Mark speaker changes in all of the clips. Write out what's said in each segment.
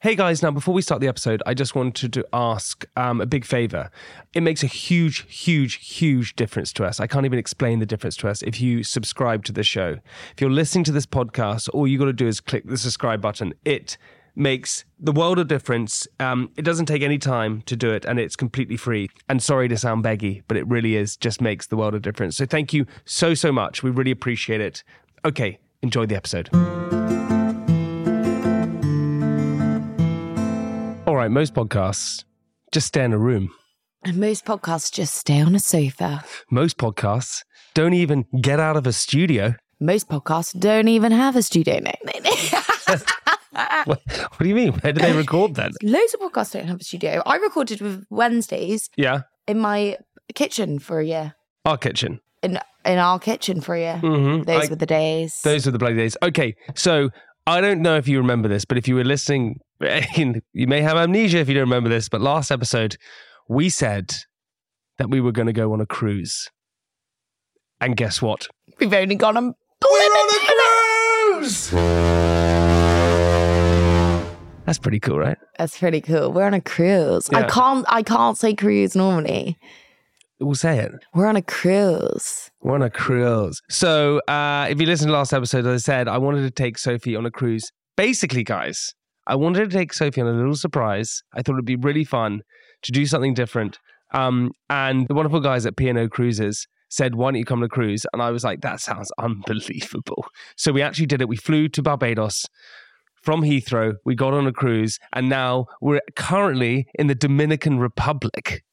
Speaker 1: Hey guys, now before we start the episode, I just wanted to ask um, a big favor. It makes a huge, huge, huge difference to us. I can't even explain the difference to us if you subscribe to the show. If you're listening to this podcast, all you got to do is click the subscribe button. It makes the world of difference. Um, it doesn't take any time to do it, and it's completely free. And sorry to sound beggy, but it really is just makes the world of difference. So thank you so, so much. We really appreciate it. Okay, enjoy the episode. All right, most podcasts just stay in a room.
Speaker 2: And most podcasts just stay on a sofa.
Speaker 1: Most podcasts don't even get out of a studio.
Speaker 2: Most podcasts don't even have a studio name. Ah.
Speaker 1: What, what do you mean? Where do they record then?
Speaker 2: Loads of podcasts don't have a studio. I recorded with Wednesdays
Speaker 1: Yeah,
Speaker 2: in my kitchen for a year.
Speaker 1: our kitchen.
Speaker 2: In in our kitchen for a year.
Speaker 1: Mm-hmm.
Speaker 2: Those were the days.
Speaker 1: Those were the bloody days. Okay, so I don't know if you remember this, but if you were listening, you may have amnesia if you don't remember this. But last episode, we said that we were going to go on a cruise, and guess what?
Speaker 2: We've only gone on.
Speaker 1: on a cruise. That's pretty cool, right?
Speaker 2: That's pretty cool. We're on a cruise. I
Speaker 1: Yeah.
Speaker 2: can't I can't say cruise normally.
Speaker 1: We'll say it.
Speaker 2: We're on a cruise.
Speaker 1: We're on a cruise. So, uh, if you listened to last episode, as I said, I wanted to take Sophie on a cruise. Basically, guys, I wanted to take Sophie on a little surprise. I thought it'd be really fun to do something different. Um, and the wonderful guys at P&O Cruises said, why don't you come on a cruise? And I was like, that sounds unbelievable. So we actually did it. We flew to Barbados from Heathrow. We got on a cruise. And now we're currently in the Dominican Republic.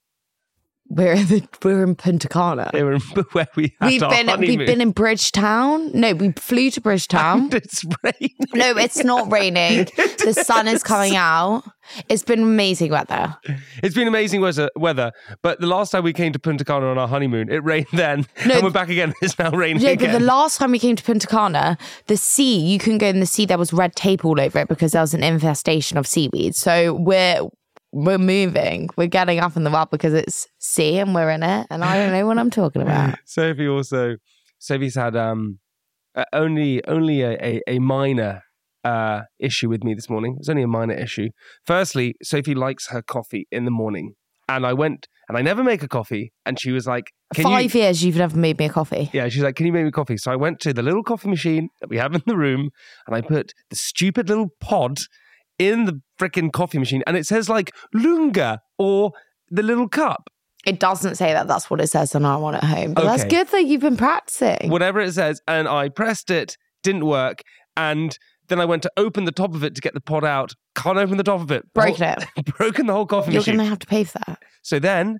Speaker 2: We're in the, we're in Punta Cana.
Speaker 1: They were where we had
Speaker 2: We've
Speaker 1: our
Speaker 2: been
Speaker 1: honeymoon.
Speaker 2: we've been in Bridgetown. No, we flew to Bridgetown.
Speaker 1: it's raining.
Speaker 2: No, it's not raining. the sun is coming out. It's been amazing weather.
Speaker 1: It's been amazing weather, weather, but the last time we came to Punta Cana on our honeymoon, it rained then,
Speaker 2: No,
Speaker 1: and we're back again. It's now raining
Speaker 2: Yeah, but
Speaker 1: again.
Speaker 2: the last time we came to Punta Cana, the sea, you couldn't go in the sea. There was red tape all over it because there was an infestation of seaweed. So we're we're moving. We're getting up in the world because it's sea and we're in it. And I don't know what I'm talking about.
Speaker 1: Sophie also, Sophie's had um, uh, only only a, a, a minor uh, issue with me this morning. It's only a minor issue. Firstly, Sophie likes her coffee in the morning, and I went and I never make a coffee, and she was like, Can you-
Speaker 2: Five years you've never made me a coffee.
Speaker 1: Yeah, she's like, "Can you make me coffee?" So I went to the little coffee machine that we have in the room, and I put the stupid little pod in the freaking coffee machine, and it says like "Lunga" or the little cup,
Speaker 2: It doesn't say that. That's what it says on our one at home. But that's
Speaker 1: Okay.
Speaker 2: good that you've been practicing.
Speaker 1: whatever it says. And I pressed it, didn't work, and then I went to open the top of it to get the pod out. Can't open the top of it.
Speaker 2: Broken it.
Speaker 1: Whole- broken the whole coffee
Speaker 2: You're
Speaker 1: machine.
Speaker 2: going to have to pay for that.
Speaker 1: So then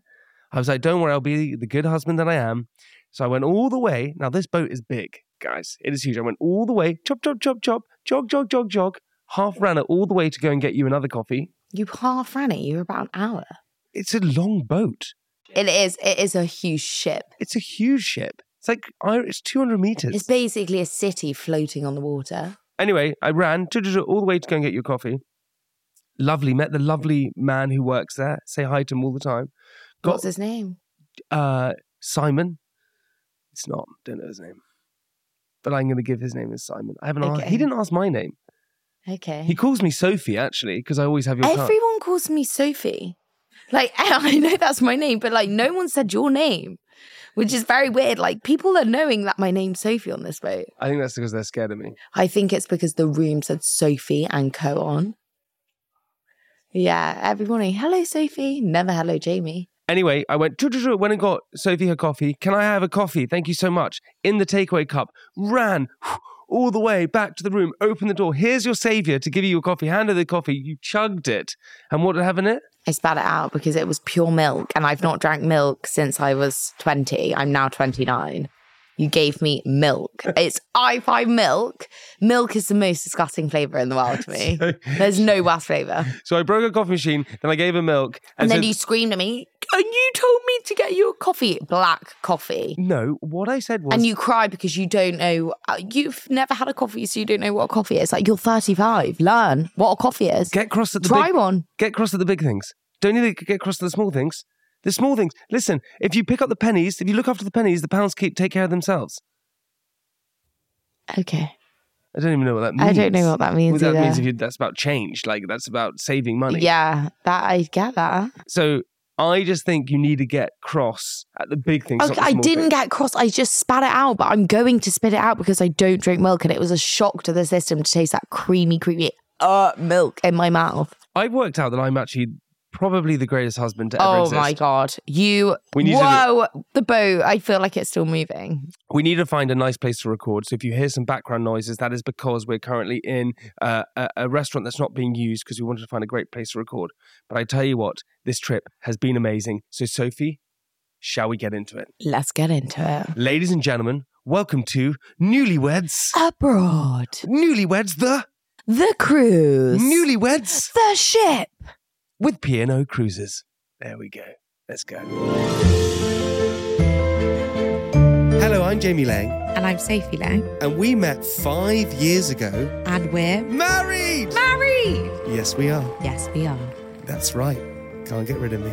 Speaker 1: I was like, don't worry, I'll be the good husband that I am. So I went all the way. Now, this boat is big, guys. It is huge. I went all the way, chop, chop, chop, chop, jog, jog, jog, jog, half ran it all the way to go and get you another coffee.
Speaker 2: You half ran it. You were about an hour.
Speaker 1: It's a long boat.
Speaker 2: It is. It is a huge ship.
Speaker 1: It's a huge ship. It's like, I- it's 200 meters.
Speaker 2: It's basically a city floating on the water.
Speaker 1: Anyway, I ran tu- tu- tu, all the way to go and get your coffee. Lovely. Met the lovely man who works there. Say hi to him all the time. Got
Speaker 2: What's his name?
Speaker 1: uh, Simon. It's not. Don't know his name. But I'm going to give his name as Simon. I haven't asked.
Speaker 2: Okay.
Speaker 1: He didn't ask my name.
Speaker 2: Okay.
Speaker 1: He calls me Sophie actually because I always have your card.
Speaker 2: Everyone calls me Sophie. Like I know that's my name, but like no one said your name, which is very weird. Like people are knowing that my name's Sophie on this boat.
Speaker 1: I think that's because they're scared of me.
Speaker 2: I think it's because the room said Sophie and Co on. Yeah, every morning. Hello, Sophie. Never hello, Jamie.
Speaker 1: Anyway, I went "Tu- tu- tu," when I got Sophie her coffee. Can I have a coffee? Thank you so much. In the takeaway cup, ran all the way back to the room. Opened the door. Here's your savior to give you your coffee. Handed the coffee. You chugged it, and what did I have in it?
Speaker 2: I spat it out because it was pure milk, and I've not drank milk since I was 20. I'm now 29. You gave me milk. It's I find milk. Milk is the most disgusting flavor in the world to me. There's no worse flavor.
Speaker 1: So I broke a coffee machine. Then I gave her milk,
Speaker 2: And then
Speaker 1: said-
Speaker 2: you screamed at me, and you told me to get you a coffee, black coffee.
Speaker 1: no. What I said was
Speaker 2: And you cry because you don't know, uh, you've never had a coffee, so you don't know what a coffee is. Like, you're 35. Learn what a coffee is.
Speaker 1: get cross at the
Speaker 2: Try
Speaker 1: big,
Speaker 2: one.
Speaker 1: get cross at the big things. Don't you think- get cross at the small things? The small things. Listen, if you pick up the pennies, if you look after the pennies, the pounds keep take care of themselves.
Speaker 2: Okay.
Speaker 1: I don't even know what that means.
Speaker 2: I don't know what that means
Speaker 1: that
Speaker 2: either.
Speaker 1: means if you, that's about change, like that's about saving money.
Speaker 2: Yeah, that I get that.
Speaker 1: So I just think you need to get cross at the big things. not
Speaker 2: Okay,
Speaker 1: the
Speaker 2: I
Speaker 1: small
Speaker 2: didn't
Speaker 1: things.
Speaker 2: get cross. I just spat it out, but I'm going to spit it out because I don't drink milk, and it was a shock to the system to taste that creamy, creamy uh milk in my mouth.
Speaker 1: I've worked out that I'm actually probably the greatest husband to ever
Speaker 2: oh
Speaker 1: exist.
Speaker 2: my god, you!
Speaker 1: We need to-
Speaker 2: whoa, the boat. I feel like it's still moving.
Speaker 1: We need to find a nice place to record. So if you hear some background noises, that is because we're currently in uh, a, a restaurant that's not being used because we wanted to find a great place to record. But I tell you what, this trip has been amazing. So Sophie, shall we get into it?
Speaker 2: Let's get into it.
Speaker 1: Ladies and gentlemen, welcome to Newlyweds.
Speaker 2: Abroad,
Speaker 1: Newlyweds the
Speaker 2: the cruise,
Speaker 1: Newlyweds
Speaker 2: the ship.
Speaker 1: with P&O Cruises. There we go. Let's go. Hello, I'm Jamie Lang,
Speaker 3: And I'm Sophie Lang.
Speaker 1: and we met five years ago.
Speaker 3: And we're
Speaker 1: Married!
Speaker 3: married!
Speaker 1: Yes, we are.
Speaker 3: Yes, we are.
Speaker 1: That's right. Can't get rid of me.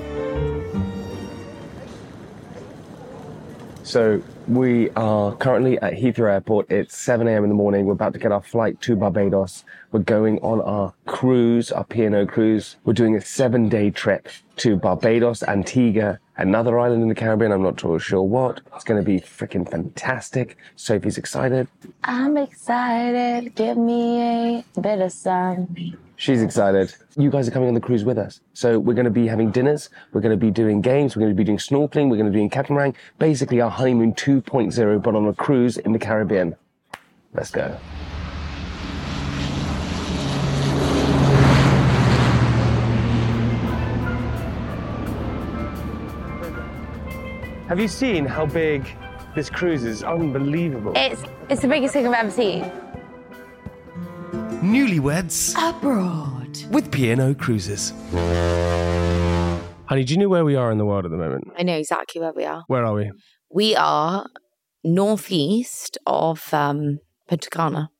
Speaker 1: So we are currently at Heathrow Airport. It's 7 a.m. in the morning. We're about to get our flight to Barbados. We're going on our cruise, our P&O cruise. We're doing a seven-day trip to Barbados, Antigua, another island in the Caribbean. I'm not too sure what. It's going to be freaking fantastic. Sophie's excited.
Speaker 4: I'm excited. Give me a bit of sun.
Speaker 1: She's excited. You guys are coming on the cruise with us. So we're going to be having dinners. We're going to be doing games. We're going to be doing snorkeling. We're going to be doing catamaran. Basically our honeymoon 2.0, but on a cruise in the Caribbean. Let's go. Have you seen how big this cruise is? Unbelievable.
Speaker 4: It's it's the biggest thing I've ever seen.
Speaker 1: Newlyweds.
Speaker 3: Abroad.
Speaker 1: with P&O Cruises. Honey, do you know where we are in the world at the moment?
Speaker 2: I know exactly where we are.
Speaker 1: Where are we?
Speaker 2: We are northeast of um, Punta Cana.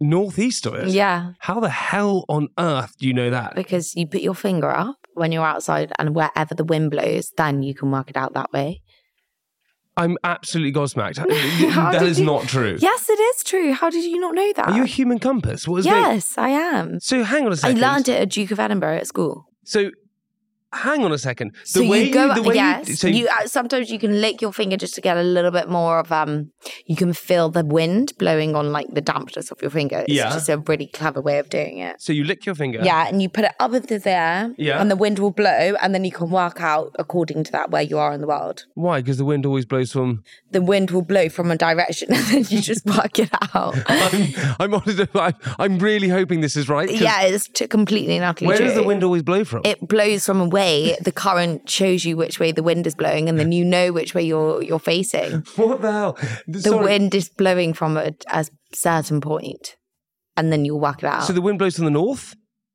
Speaker 1: Northeast of it.
Speaker 2: Yeah,
Speaker 1: How the hell on earth do you know that?
Speaker 2: because you put your finger up when you're outside, and wherever the wind blows, then you can work it out that way.
Speaker 1: I'm absolutely gobsmacked.
Speaker 2: How
Speaker 1: that
Speaker 2: did
Speaker 1: is
Speaker 2: you-
Speaker 1: not true.
Speaker 2: Yes, it is true. How did you not know that?
Speaker 1: Are you a human compass? What is going-
Speaker 2: yes, I am.
Speaker 1: So hang on a second.
Speaker 2: I learned it at Duke of Edinburgh at school.
Speaker 1: So hang on a second. The
Speaker 2: so
Speaker 1: way
Speaker 2: you go,
Speaker 1: the way
Speaker 2: yes.
Speaker 1: you,
Speaker 2: You,
Speaker 1: so you,
Speaker 2: uh, sometimes you can lick your finger just to get a little bit more of um. You can feel the wind blowing on like the dampness of your finger. It's
Speaker 1: Yeah.
Speaker 2: just a really clever way of doing it.
Speaker 1: so you lick your finger.
Speaker 2: Yeah. and you put it up into the air,
Speaker 1: Yeah.
Speaker 2: and the wind will blow, and then you can work out according to that where you are in the world.
Speaker 1: Why? Because the wind always blows from.
Speaker 2: The wind will blow from a direction, and then you just work it out.
Speaker 1: I'm, I'm, honest, I'm, I'm really hoping this is right. 'cause
Speaker 2: yeah, it's t- completely and utterly
Speaker 1: Where does the
Speaker 2: true.
Speaker 1: wind always blow from?
Speaker 2: it blows from away. The current shows you which way the wind is blowing, and then you know which way you're you're facing.
Speaker 1: what the hell?
Speaker 2: The wind is blowing from a, a certain point, and then you'll work it out.
Speaker 1: So the wind blows from the north.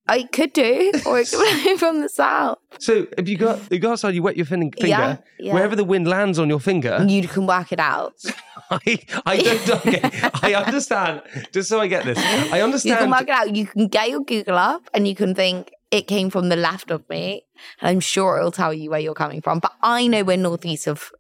Speaker 2: it could do, or it could blow from the south.
Speaker 1: So if you go you go outside, you wet your fin- finger.
Speaker 2: Yeah, yeah.
Speaker 1: Wherever the wind lands on your finger,
Speaker 2: You can work it out.
Speaker 1: I, I don't. Okay, I understand. Just so I get this, I
Speaker 2: You can
Speaker 1: understand.
Speaker 2: work it out. You can get your Google up, and you can think it came from the left of me, and I'm sure it'll tell you where you're coming from. But I know we're northeast of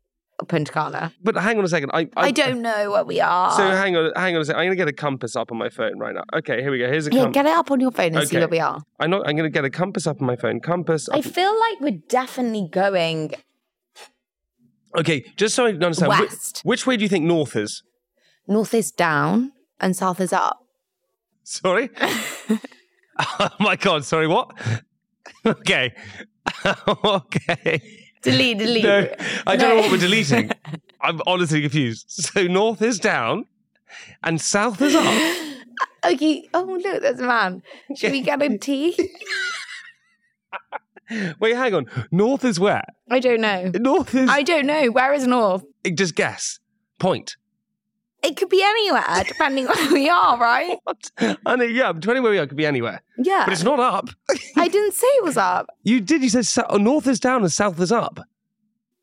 Speaker 2: Punta Cana.
Speaker 1: but hang on a second. I I,
Speaker 2: I don't know where we are.
Speaker 1: So hang on, hang on a second. I'm gonna get a compass up on my phone right now. Okay, here we go. Here's a
Speaker 2: yeah,
Speaker 1: compass.
Speaker 2: get it up on your phone and see
Speaker 1: Okay.
Speaker 2: where we are.
Speaker 1: I'm not. I'm gonna get a compass up on my phone. Compass.
Speaker 2: I
Speaker 1: Up.
Speaker 2: feel like we're definitely going
Speaker 1: Okay, just so I understand. whi-
Speaker 2: West.
Speaker 1: which way do you think north is?
Speaker 2: north is down and south is up.
Speaker 1: Sorry. oh my god. Sorry. What? Okay. okay.
Speaker 2: Delete, delete.
Speaker 1: No, I don't know
Speaker 2: No.
Speaker 1: what we're deleting. I'm honestly confused. So north is down and south is up.
Speaker 2: Okay. Oh look, there's a man. Should we get a tea?
Speaker 1: Wait, hang on. North is where?
Speaker 2: I don't know.
Speaker 1: North is.
Speaker 2: I don't know. Where is north?
Speaker 1: Just guess. Point.
Speaker 2: It could be anywhere, depending on where we are, right?
Speaker 1: What? I know, yeah, I'm 20 where we are, could be anywhere.
Speaker 2: Yeah.
Speaker 1: But it's not up.
Speaker 2: I didn't say it was up.
Speaker 1: You did, you said sou- north is down and south is up.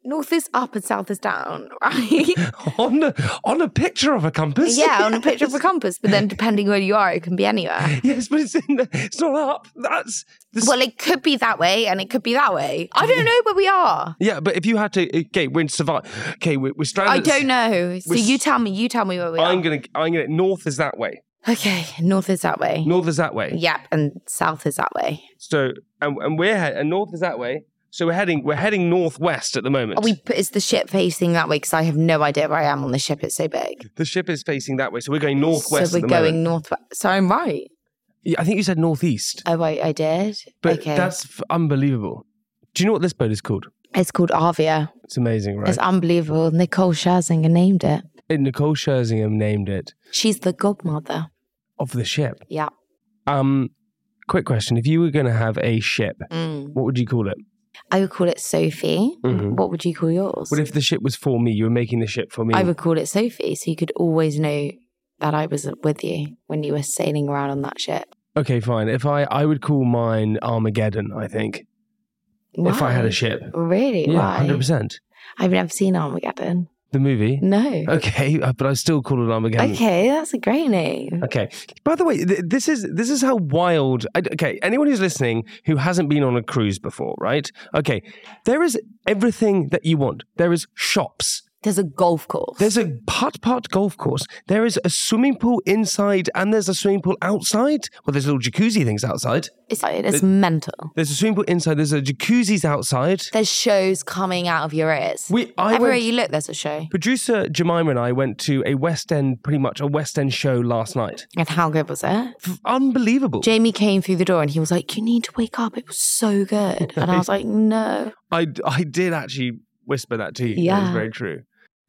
Speaker 2: north is up and south is down, right?
Speaker 1: on a, on a picture of a compass.
Speaker 2: yeah, on a picture of a compass. But then depending where you are, it can be anywhere.
Speaker 1: Yes, but it's in the, it's not up. That's this,
Speaker 2: Well, it could be that way and it could be that way. I don't know where we are.
Speaker 1: yeah. But if you had to, uh, okay, we're in survive. Okay, we're, we're stranded.
Speaker 2: I
Speaker 1: at-
Speaker 2: don't know. So
Speaker 1: We're s-
Speaker 2: you tell me. You tell me where we are.
Speaker 1: I'm gonna I'm gonna north is that way.
Speaker 2: okay, north is that way.
Speaker 1: North is that way.
Speaker 2: Yep, and south is that way.
Speaker 1: So and, and we're he- and north is that way. So we're heading we're heading northwest at the moment.
Speaker 2: Are we? p- Is the ship facing that way? Because I have no idea where I am on the ship. It's so big.
Speaker 1: the ship is facing that way, so we're going northwest.
Speaker 2: so
Speaker 1: at
Speaker 2: we're
Speaker 1: the
Speaker 2: going
Speaker 1: Moment.
Speaker 2: northwest. So I'm right.
Speaker 1: Yeah, I think you said northeast,
Speaker 2: Oh wait, I did.
Speaker 1: but
Speaker 2: okay,
Speaker 1: that's f- unbelievable. Do you know what this boat is called?
Speaker 2: it's called Avia.
Speaker 1: It's amazing, right?
Speaker 2: It's unbelievable. Nicole Scherzinger named it.
Speaker 1: And Nicole Scherzingham named it
Speaker 2: She's the godmother.
Speaker 1: of the ship.
Speaker 2: Yeah.
Speaker 1: Um, quick question: If you were going to have a ship,
Speaker 2: Mm.
Speaker 1: what would you call it?
Speaker 2: I would call it Sophie.
Speaker 1: Mhm.
Speaker 2: What would you call yours?
Speaker 1: What if the ship was for me? You were making the ship for me.
Speaker 2: I would call it Sophie, so you could always know that I was with you when you were sailing around on that ship.
Speaker 1: Okay, fine. If I I would call mine Armageddon. I think if I had
Speaker 2: Why?
Speaker 1: a ship,
Speaker 2: Really?
Speaker 1: yeah,
Speaker 2: Why?
Speaker 1: hundred percent.
Speaker 2: I've never seen Armageddon.
Speaker 1: The movie.
Speaker 2: No.
Speaker 1: Okay, uh, but I still call it Armageddon.
Speaker 2: Okay, that's a great name.
Speaker 1: Okay. By the way, th- this is this is how wild. I d okay, anyone who's listening who hasn't been on a cruise before, right? Okay, there is everything that you want. There is shops.
Speaker 2: There's a golf course.
Speaker 1: There's a putt putt golf course. There is a swimming pool inside, and there's a swimming pool outside. Well, there's little jacuzzi things outside.
Speaker 2: it's like, it's mental.
Speaker 1: There's a swimming pool inside. There's a jacuzzis outside.
Speaker 2: There's shows coming out of your ears.
Speaker 1: We I
Speaker 2: Everywhere
Speaker 1: went,
Speaker 2: you look, there's a show.
Speaker 1: producer Jemima and I went to a West End, pretty much a West End show last night.
Speaker 2: And how good was it?
Speaker 1: F- Unbelievable.
Speaker 2: Jamie came through the door and he was like, You need to wake up. It was so good. And I was like, No.
Speaker 1: I, I did actually whisper that to you. That is
Speaker 2: Yeah.
Speaker 1: very true.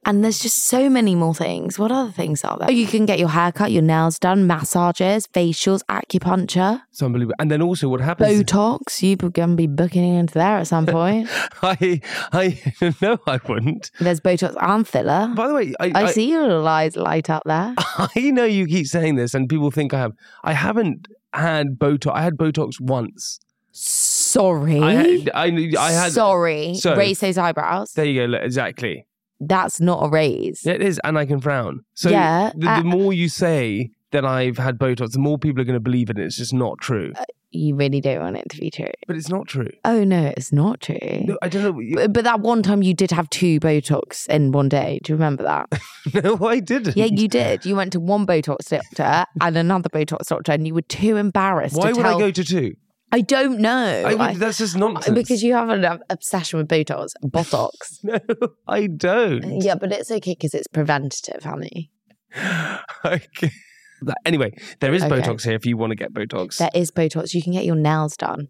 Speaker 2: And there's just so many more things. What other things are there? Oh, you can get your hair cut, your nails done, massages, facials, acupuncture,
Speaker 1: It's unbelievable. And then also what happens
Speaker 2: Botox. You're going to be booking into there at some point.
Speaker 1: I I no I wouldn't.
Speaker 2: there's Botox and filler.
Speaker 1: By the way, I,
Speaker 2: I, see your little eyes light up there.
Speaker 1: I know you keep saying this and people think I have. I haven't had Botox. I had Botox once.
Speaker 2: Sorry.
Speaker 1: I had, I, I had
Speaker 2: Sorry.
Speaker 1: so-
Speaker 2: raise those eyebrows.
Speaker 1: there you go, look, exactly.
Speaker 2: That's not a raise.
Speaker 1: It is, and I can frown. So
Speaker 2: Yeah,
Speaker 1: the,
Speaker 2: uh,
Speaker 1: the more you say that I've had Botox, the more people are going to believe it. and It's just not true.
Speaker 2: Uh, You really don't want it to be true.
Speaker 1: But it's not true.
Speaker 2: Oh, no, it's not true.
Speaker 1: No, I don't know. what you-
Speaker 2: But, but that one time you did have two Botox in one day. Do you remember that?
Speaker 1: No, I didn't.
Speaker 2: Yeah, you did. You went to one Botox doctor and another Botox doctor, and you were too embarrassed
Speaker 1: Why
Speaker 2: to
Speaker 1: would
Speaker 2: tell.
Speaker 1: I go to two?
Speaker 2: I don't know.
Speaker 1: I
Speaker 2: I-
Speaker 1: would, that's just nonsense.
Speaker 2: Uh, because you have an ob- obsession with Botox. Botox.
Speaker 1: No, I don't.
Speaker 2: yeah, but it's okay because it's preventative, honey.
Speaker 1: okay. That- Anyway, there is
Speaker 2: Okay.
Speaker 1: Botox here if you want to get Botox.
Speaker 2: There is Botox. You can get your nails done.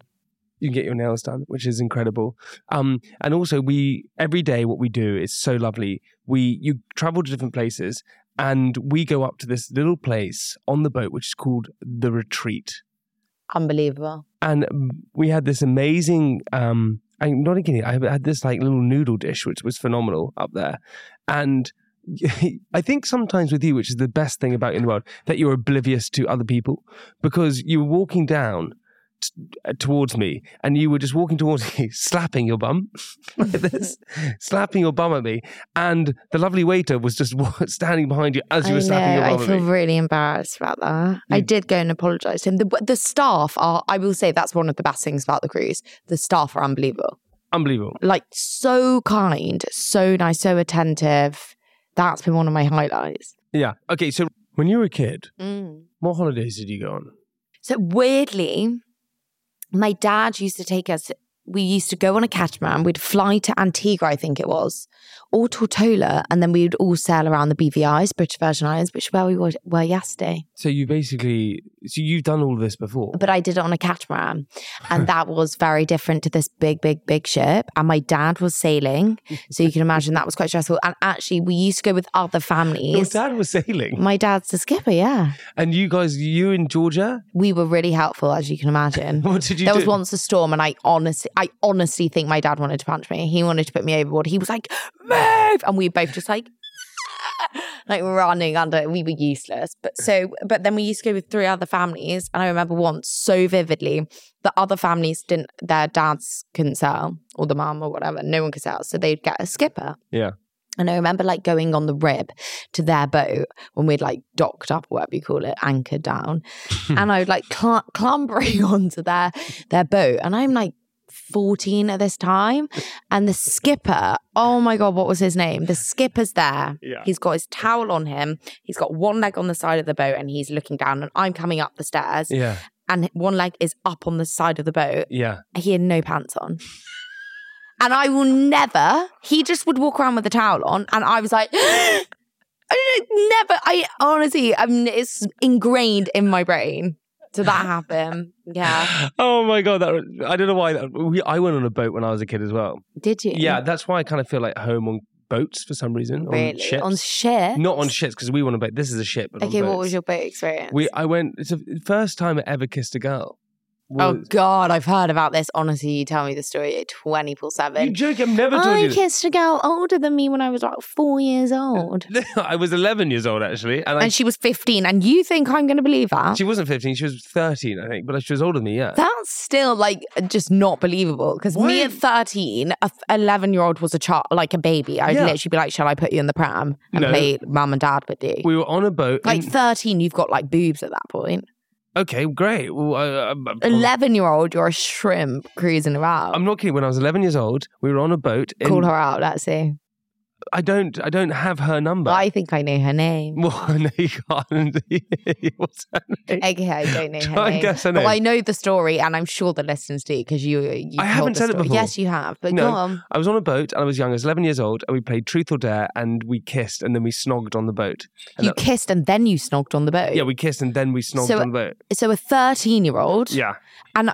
Speaker 1: you can get your nails done, which is incredible. Um, and also, we every day what we do is so lovely. We you travel to different places, and we go up to this little place on the boat which is called the Retreat.
Speaker 2: Unbelievable.
Speaker 1: and we had this amazing um i'm not even kidding i had this like little noodle dish which was phenomenal up there and i think sometimes with you which is the best thing about you in the world that you're oblivious to other people because you were walking down t- uh, towards me and you were just walking towards me slapping your bum like this slapping your bum at me and the lovely waiter was just wa- standing behind you as you
Speaker 2: I
Speaker 1: were slapping
Speaker 2: know.
Speaker 1: your Mm.
Speaker 2: I
Speaker 1: bum at me
Speaker 2: feel really embarrassed about that. I
Speaker 1: You-
Speaker 2: did go and apologise to him. The, but the staff are. I will say that's one of the best things about the cruise. The staff are unbelievable.
Speaker 1: unbelievable
Speaker 2: like so kind, so nice, so attentive. That's been one of my highlights.
Speaker 1: yeah okay so when you were a kid what holidays did you go on
Speaker 2: So weirdly, my dad used to take us. We used to go on a catamaran. We'd fly to Antigua, I think it was, or Tortola, and then we would all sail around the BVIs, British Virgin Islands, which is where we were, were yesterday.
Speaker 1: So you basically, so you've done all this before.
Speaker 2: But I did it on a catamaran, and that was very different to this big, big, big ship. And my dad was sailing, so you can imagine that was quite stressful. And actually, we used to go with other
Speaker 1: Your
Speaker 2: families.
Speaker 1: dad was sailing,
Speaker 2: My dad's the skipper, yeah.
Speaker 1: and you guys, you in Georgia.
Speaker 2: We were really helpful, as you can imagine.
Speaker 1: What did you
Speaker 2: there
Speaker 1: do?
Speaker 2: was once a storm, and I honestly, I honestly think my dad wanted to punch me. He wanted to put me overboard. He was like, "Move!" and we both just like, like running under. We were useless. But so, but then we used to go with three other families, and I remember once so vividly, the other families didn't. Their dads couldn't sell, or the mum, or whatever. No one could sell, so they'd get a skipper.
Speaker 1: Yeah.
Speaker 2: And I remember like going on the rib to their boat when we'd like docked up, whatever you call it, anchored down.
Speaker 1: Hmm.
Speaker 2: and I would like cl- clambering onto their their boat. And I'm like 14 at this time. And the skipper, oh my God, what was his name? The skipper's there.
Speaker 1: Yeah.
Speaker 2: He's got his towel on him. He's got one leg on the side of the boat and he's looking down. And I'm coming up the stairs
Speaker 1: Yeah.
Speaker 2: and one leg is up on the side of the boat
Speaker 1: Yeah.
Speaker 2: he had no pants on. And I will never, he just would walk around with a towel on. And I was like, I never, I honestly, I mean, it's ingrained in my brain. So that happened. Yeah.
Speaker 1: Oh my god! That I don't know why. That, we, I went on a boat when I was a kid as well.
Speaker 2: Did you?
Speaker 1: Yeah, that's why I kind of feel like home on boats for some reason.
Speaker 2: Really?
Speaker 1: On ships.
Speaker 2: On shit?
Speaker 1: Not on ships because we want a boat. This is a ship. But on
Speaker 2: Okay, what was
Speaker 1: boats.
Speaker 2: your boat experience?
Speaker 1: We I went. It's the first time I ever kissed a girl.
Speaker 2: oh,
Speaker 1: Was-
Speaker 2: God, I've heard about this. Honestly, you tell me the story 24
Speaker 1: you
Speaker 2: 7.
Speaker 1: joke! I've never told
Speaker 2: I
Speaker 1: you. This.
Speaker 2: kissed a girl older than me when I was like four years old.
Speaker 1: I was 11 years old actually, and, I,
Speaker 2: And she was 15. And you think I'm going to believe that?
Speaker 1: she wasn't 15. She was 13, I think, but she was older than me. Yeah.
Speaker 2: That's still like just not believable. Because me
Speaker 1: Why-
Speaker 2: at 13, a 11 year old was a child, like a baby. I'd
Speaker 1: Yeah.
Speaker 2: literally be like, Shall I put you in the pram and
Speaker 1: No.
Speaker 2: play mum and dad with you?
Speaker 1: we were on a boat.
Speaker 2: like
Speaker 1: in-
Speaker 2: 13, you've got like boobs at that point.
Speaker 1: okay, great. Well, I, I'm- I'm-
Speaker 2: 11 year old, you're a shrimp cruising around.
Speaker 1: I'm not kidding. When I was 11 years old, we were on a boat. in-
Speaker 2: Call her out, let's see.
Speaker 1: I don't. I don't have her number.
Speaker 2: I think I know her name.
Speaker 1: Well, no, you can't. What's her name?
Speaker 2: Okay, I don't know her
Speaker 1: Try and
Speaker 2: name.
Speaker 1: guess her
Speaker 2: Well,
Speaker 1: name.
Speaker 2: I know the story, and I'm sure the listeners do because you. you
Speaker 1: I
Speaker 2: told
Speaker 1: haven't
Speaker 2: the
Speaker 1: said it
Speaker 2: story.
Speaker 1: before.
Speaker 2: Yes, you have, but
Speaker 1: No.
Speaker 2: go on.
Speaker 1: I was on a boat and I was young. I was 11 years old and we played Truth or Dare and we kissed and then we snogged on the boat. And
Speaker 2: You
Speaker 1: that-
Speaker 2: kissed and then you snogged on the boat.
Speaker 1: yeah, we kissed and then we snogged
Speaker 2: Oh, So-
Speaker 1: on the boat.
Speaker 2: so a 13 year old,
Speaker 1: Yeah.
Speaker 2: and uh,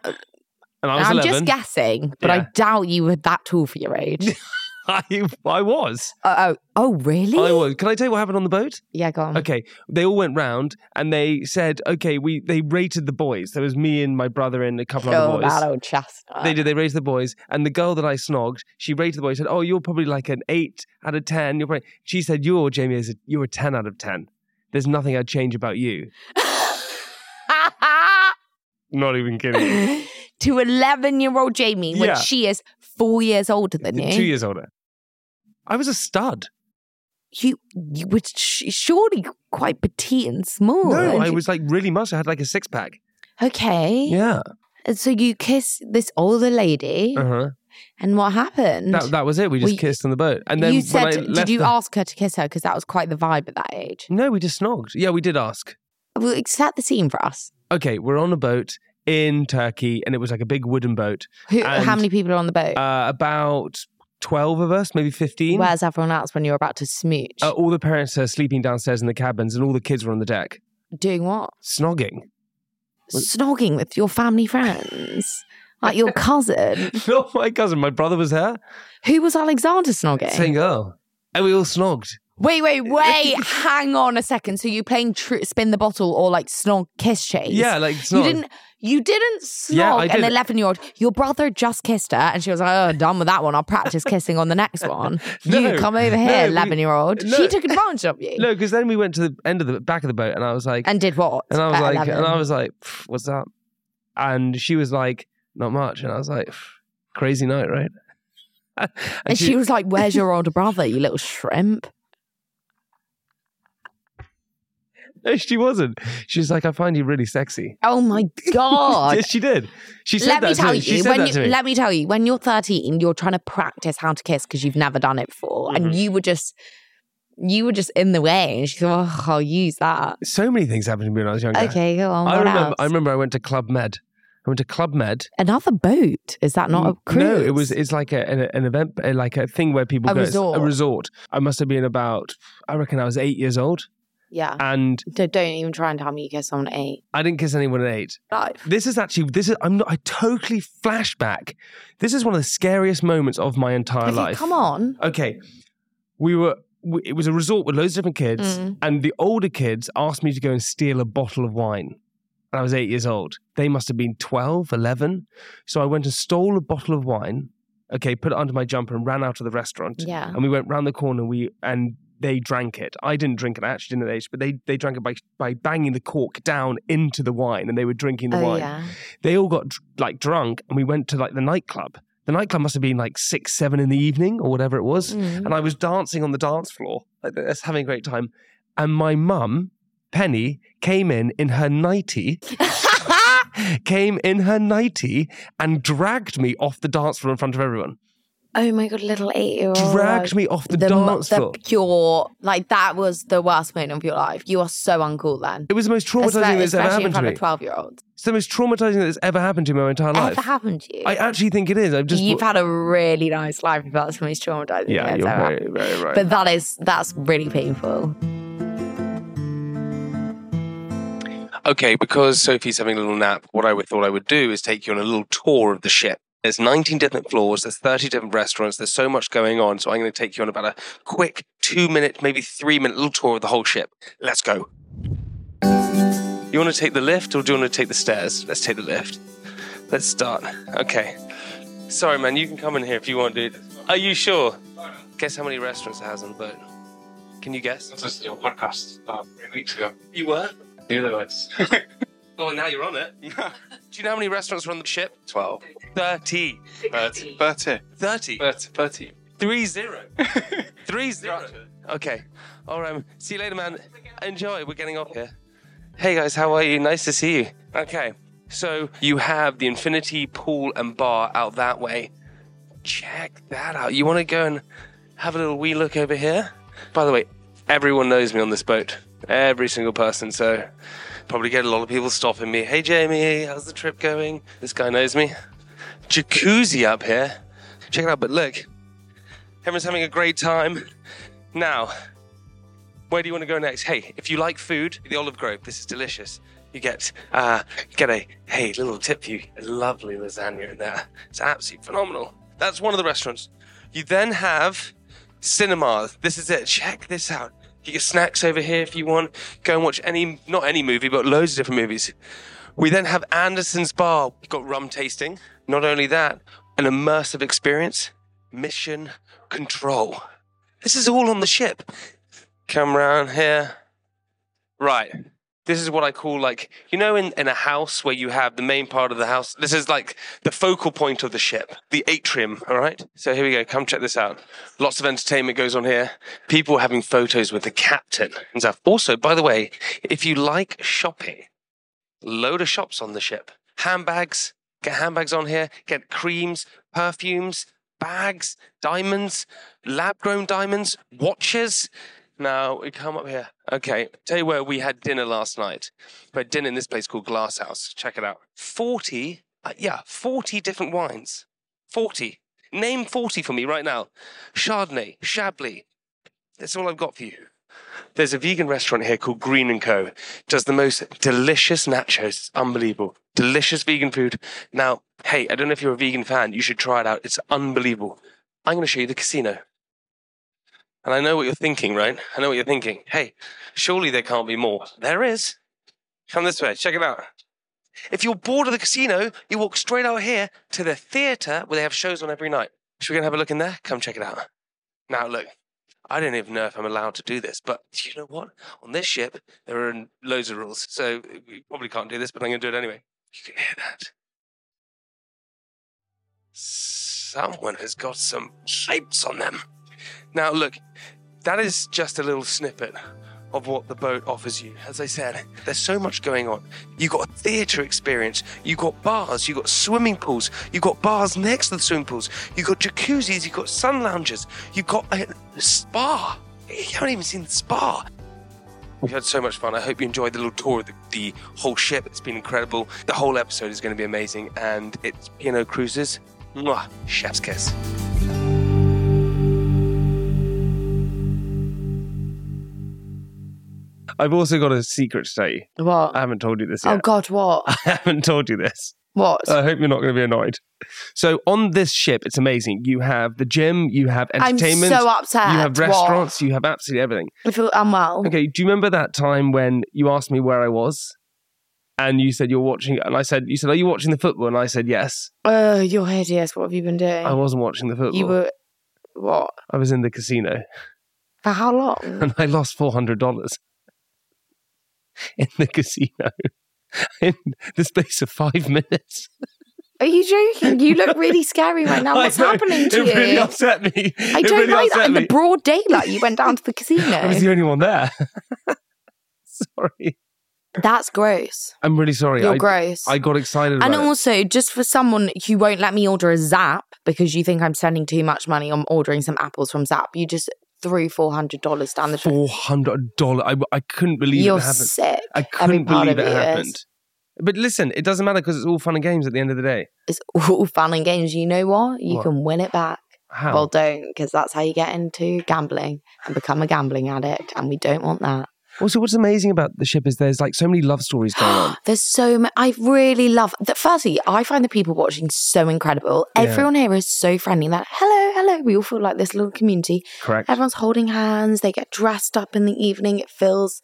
Speaker 1: And I was
Speaker 2: I'm
Speaker 1: 11.
Speaker 2: just guessing, but
Speaker 1: Yeah.
Speaker 2: I doubt you were that tall for your age.
Speaker 1: I, I was.
Speaker 2: oh, oh, oh, really?
Speaker 1: I was. Can I tell you what happened on the boat?
Speaker 2: yeah, go on.
Speaker 1: Okay. They all went round and they said, okay, we they rated the boys. There was me and my brother and a couple other
Speaker 2: Oh,
Speaker 1: boys.
Speaker 2: that old chestnut.
Speaker 1: They did. They raised the boys, and the girl that I snogged, she rated the boys. Said, "Oh, you're probably like an eight out of ten. You're probably." She said, "You're Jamie. Is a, you're a ten out of ten. There's nothing I'd change about you." Not even kidding.
Speaker 2: to 11 year old Jamie when
Speaker 1: Yeah.
Speaker 2: she is four years older than you.
Speaker 1: Two years older. I was a stud.
Speaker 2: You, you were sh- surely quite petite and small.
Speaker 1: No,
Speaker 2: And
Speaker 1: I
Speaker 2: you-
Speaker 1: was like really muscle. I had like a six pack.
Speaker 2: Okay.
Speaker 1: Yeah.
Speaker 2: And so you kiss this older lady,
Speaker 1: Uh huh.
Speaker 2: and what happened?
Speaker 1: That that was it. We just
Speaker 2: We-
Speaker 1: kissed on the boat, and then
Speaker 2: you
Speaker 1: when I
Speaker 2: said,
Speaker 1: left
Speaker 2: did you
Speaker 1: the-
Speaker 2: ask her to kiss her? Because that was quite the vibe at that age.
Speaker 1: No, we just snogged. Yeah, we did ask.
Speaker 2: Well, set the scene for us.
Speaker 1: Okay, we're on a boat in Turkey, and it was like a big wooden boat.
Speaker 2: Who, how
Speaker 1: And-
Speaker 2: many people are on the boat?
Speaker 1: Uh, about twelve of us, maybe fifteen.
Speaker 2: Where's everyone else when you're about to smooch?
Speaker 1: Uh, all the parents are sleeping downstairs in the cabins, and all the kids were on the deck
Speaker 2: Doing what?
Speaker 1: snogging. Was-
Speaker 2: Snogging with your family friends, like your cousin.
Speaker 1: Not Oh my cousin, my brother was there.
Speaker 2: Who was Alexander snogging?
Speaker 1: Same girl, and we all snogged.
Speaker 2: wait, wait, wait! hang on a second. So you playing tr- spin the bottle or like snog kiss chase?
Speaker 1: Yeah, like
Speaker 2: You
Speaker 1: snog.
Speaker 2: didn't. You didn't snog
Speaker 1: Yeah, I
Speaker 2: an
Speaker 1: did.
Speaker 2: eleven-year-old. Your brother just kissed her, and she was like, "Oh, done with that one. I'll practice kissing on the next one." you
Speaker 1: No,
Speaker 2: come over here,
Speaker 1: no, we-
Speaker 2: eleven-year-old.
Speaker 1: no.
Speaker 2: She took advantage of you
Speaker 1: No, because then we went to the end of the back of the boat, and I was like,
Speaker 2: and did what?
Speaker 1: and I was
Speaker 2: at
Speaker 1: like,
Speaker 2: 11?
Speaker 1: and I was like, "Pff, what's up? And she was like, not much, and I was like, "Pff, crazy night, right? and,
Speaker 2: and she was like, "Where's your older brother? You little shrimp."
Speaker 1: no, she wasn't. She was like, I find you really sexy.
Speaker 2: Oh my god.
Speaker 1: yes, she did. She said
Speaker 2: Let
Speaker 1: that
Speaker 2: me
Speaker 1: to
Speaker 2: tell
Speaker 1: me. She
Speaker 2: you,
Speaker 1: said
Speaker 2: when
Speaker 1: that
Speaker 2: you
Speaker 1: to me.
Speaker 2: let me tell you, when you're 13, you're trying to practice how to kiss because you've never done it before, and
Speaker 1: Mm-hmm.
Speaker 2: you were just, you were just in the way, and she thought, "Oh, I'll use that."
Speaker 1: so many things happened to me when I was younger.
Speaker 2: Okay, go on. What
Speaker 1: I remember.
Speaker 2: else?
Speaker 1: I remember. I went to Club Med. I went to Club Med.
Speaker 2: Another boat? Is that not a cruise?
Speaker 1: No, it was. It's like a, an, an event, uh, like a thing where people
Speaker 2: A
Speaker 1: go. It's
Speaker 2: resort.
Speaker 1: A resort. I must have been about. I reckon I was eight years old,
Speaker 2: yeah.
Speaker 1: and
Speaker 2: Don't, don't even try and tell me you kissed someone at eight.
Speaker 1: I didn't kiss anyone at eight.
Speaker 2: Right.
Speaker 1: This is actually. This is. I'm not. I totally flashback. This is one of the scariest moments of my entire
Speaker 2: Okay,
Speaker 1: life.
Speaker 2: come on.
Speaker 1: Okay, we were. We, it was a resort with loads of different kids,
Speaker 2: Mm.
Speaker 1: and the older kids asked me to go and steal a bottle of wine. I was eight years old. They must have been 12, 11. So I went and stole a bottle of wine, okay, put it under my jumper and ran out of the restaurant.
Speaker 2: Yeah.
Speaker 1: And we went round the corner we and they drank it. I didn't drink it. I actually didn't at age, but they they drank it by by banging the cork down into the wine, and they were drinking the
Speaker 2: oh
Speaker 1: wine.
Speaker 2: yeah.
Speaker 1: They all got dr- like drunk, and we went to like the nightclub. The nightclub must have been like six, seven in the evening or whatever it was,
Speaker 2: Mm.
Speaker 1: and I was dancing on the dance floor, like that's having a great time. And my mum, Penny, came in in her nightie came in her nightie and dragged me off the dance floor in front of everyone.
Speaker 2: oh my god, little eight year old.
Speaker 1: Dragged me off the, dance floor.
Speaker 2: pure like that was the worst moment of your life. You are so uncool then.
Speaker 1: It was the most traumatizing
Speaker 2: Especially,
Speaker 1: thing that's ever
Speaker 2: especially in
Speaker 1: happened to
Speaker 2: front
Speaker 1: me.
Speaker 2: of twelve year olds.
Speaker 1: It's the most traumatizing that's ever happened to me in my entire life.
Speaker 2: Ever happened to you?
Speaker 1: I actually think it is. I've just
Speaker 2: You've had a really nice life if that's the most traumatizing
Speaker 1: yeah,
Speaker 2: thing
Speaker 1: you're
Speaker 2: that's
Speaker 1: very,
Speaker 2: ever
Speaker 1: very right.
Speaker 2: But that is that's really painful.
Speaker 1: Okay, because Sophie's having a little nap, what I would- thought I would do is take you on a little tour of the ship. There's 19 different floors, there's 30 different restaurants, there's so much going on. So I'm going to take you on about a quick two minute, maybe three minute little tour of the whole ship. Let's go. You want to take the lift or do you want to take the stairs? Let's take the lift. Let's start. Okay. Sorry, man, you can come in here if you want, dude. Are you sure? Guess how many restaurants it has on the boat? Can you guess?
Speaker 5: This is your podcast uh, three weeks ago.
Speaker 1: You were?
Speaker 5: The other ones.
Speaker 1: Well, Oh, now you're on it. Do you know how many restaurants are on the ship?
Speaker 5: 12.
Speaker 1: 30.
Speaker 5: 30. 30.
Speaker 1: 30.
Speaker 5: 30.
Speaker 1: 3 0. 3 0. Okay. All right. See you later, man. Enjoy. We're getting off here. Hey, guys. How are you? Nice to see you. Okay. So you have the infinity pool and bar out that way. Check that out. You want to go and have a little wee look over here? By the way, everyone knows me on this boat. Every single person. So probably get a lot of people stopping me. Hey, Jamie. How's the trip going? This guy knows me. Jacuzzi up here. Check it out. But look, Everyone's having a great time. Now, where do you want to go next? Hey, if you like food, the Olive Grove. This is delicious. You get uh, get a hey little tip for you. A lovely lasagna in there. It's absolutely phenomenal. That's one of the restaurants. You then have cinemas. This is it. Check this out. You get snacks over here if you want. Go and watch any not any movie, but loads of different movies. We then have Anderson's Bar. We've got rum tasting. Not only that, an immersive experience. Mission control. This is all on the ship. Come round here. Right. This is what I call like you know in, in a house where you have the main part of the house. This is like the focal point of the ship, the atrium, all right? So here we go. Come check this out. Lots of entertainment goes on here. People having photos with the captain and stuff. Also, by the way, if you like shopping, load of shops on the ship. Handbags, get handbags on here, get creams, perfumes, bags, diamonds, lab grown diamonds, watches. Now we come up here. Okay, tell you where we had dinner last night. We had dinner in this place called Glass House. Check it out. 40, uh, yeah, 40 different wines. 40. Name 40 for me right now. Chardonnay, Chablis. That's all I've got for you. There's a vegan restaurant here called Green and Co. Does the most delicious nachos. It's unbelievable. Delicious vegan food. Now, hey, I don't know if you're a vegan fan. You should try it out. It's unbelievable. I'm going to show you the casino. And I know what you're thinking, right? I know what you're thinking. Hey, surely there can't be more. There is. Come this way. Check it out. If you're bored of the casino, you walk straight out here to the theatre where they have shows on every night. Should we go and have a look in there? Come check it out. Now, look, I don't even know if I'm allowed to do this, but you know what? On this ship, there are loads of rules, so we probably can't do this, but I'm going to do it anyway. You can hear that. Someone has got some shapes on them. Now, look, that is just a little snippet of what the boat offers you. As I said, there's so much going on. You've got a theatre experience, you've got bars, you've got swimming pools, you've got bars next to the swimming pools, you've got jacuzzis, you've got sun lounges, you've got a spa. You haven't even seen the spa. We've had so much fun. I hope you enjoyed the little tour of the, the whole ship. It's been incredible. The whole episode is going to be amazing, and it's P&O Cruises. Mwah, chef's kiss. I've also got a secret to tell you.
Speaker 2: What?
Speaker 1: I haven't told you this
Speaker 2: oh
Speaker 1: yet.
Speaker 2: God, what?
Speaker 1: I haven't told you this.
Speaker 2: What?
Speaker 1: I hope you're not going to be annoyed. So on this ship, it's amazing. You have the gym, you have
Speaker 2: I'm
Speaker 1: entertainment,
Speaker 2: so upset.
Speaker 1: you have
Speaker 2: What?
Speaker 1: restaurants, you have absolutely everything.
Speaker 2: I feel unwell.
Speaker 1: Okay, do you remember that time when you asked me where I was, and you said you're watching, and I said you said, "Are you watching the football?" And I said, "Yes."
Speaker 2: Oh, you're hideous. What have you been doing?
Speaker 1: I wasn't watching the football.
Speaker 2: you were what?
Speaker 1: I was in the casino.
Speaker 2: For how long?
Speaker 1: and I lost four hundred dollars in the casino in the space of five minutes.
Speaker 2: Are you joking? You look really scary right now.
Speaker 1: I
Speaker 2: What's
Speaker 1: know,
Speaker 2: happening to
Speaker 1: it really
Speaker 2: you?
Speaker 1: upset me.
Speaker 2: I
Speaker 1: it
Speaker 2: don't
Speaker 1: really
Speaker 2: like
Speaker 1: upset
Speaker 2: that. In
Speaker 1: me.
Speaker 2: the broad daylight, you went down to the
Speaker 1: I was
Speaker 2: casino.
Speaker 1: the only one there. sorry,
Speaker 2: That's gross.
Speaker 1: I'm really sorry.
Speaker 2: You're
Speaker 1: I,
Speaker 2: gross.
Speaker 1: I got excited.
Speaker 2: and
Speaker 1: about it.
Speaker 2: also, just for someone who won't let me order a Zap because you think I'm spending too much money on ordering some apples from Zap, you just threw four hundred dollars down the drain.
Speaker 1: four hundred dollars. I, I couldn't believe
Speaker 2: You're
Speaker 1: it happened.
Speaker 2: sick.
Speaker 1: I
Speaker 2: Every
Speaker 1: couldn't
Speaker 2: part
Speaker 1: believe
Speaker 2: of
Speaker 1: it
Speaker 2: you is.
Speaker 1: happened. But listen, it doesn't matter because it's all fun and games at the end of the day.
Speaker 2: It's all fun and games. You know what? You
Speaker 1: What?
Speaker 2: can win it back.
Speaker 1: How?
Speaker 2: Well, don't, because that's how you get into gambling and become a gambling addict. And we don't want that.
Speaker 1: also, what's amazing about the ship is there's like so many love stories going on.
Speaker 2: There's so much. I really love that. Firstly, I find the people watching so incredible.
Speaker 1: Yeah.
Speaker 2: Everyone here is so friendly. That hello, hello. We all feel like this little community.
Speaker 1: Correct.
Speaker 2: Everyone's holding hands. They get dressed up in the evening. It feels.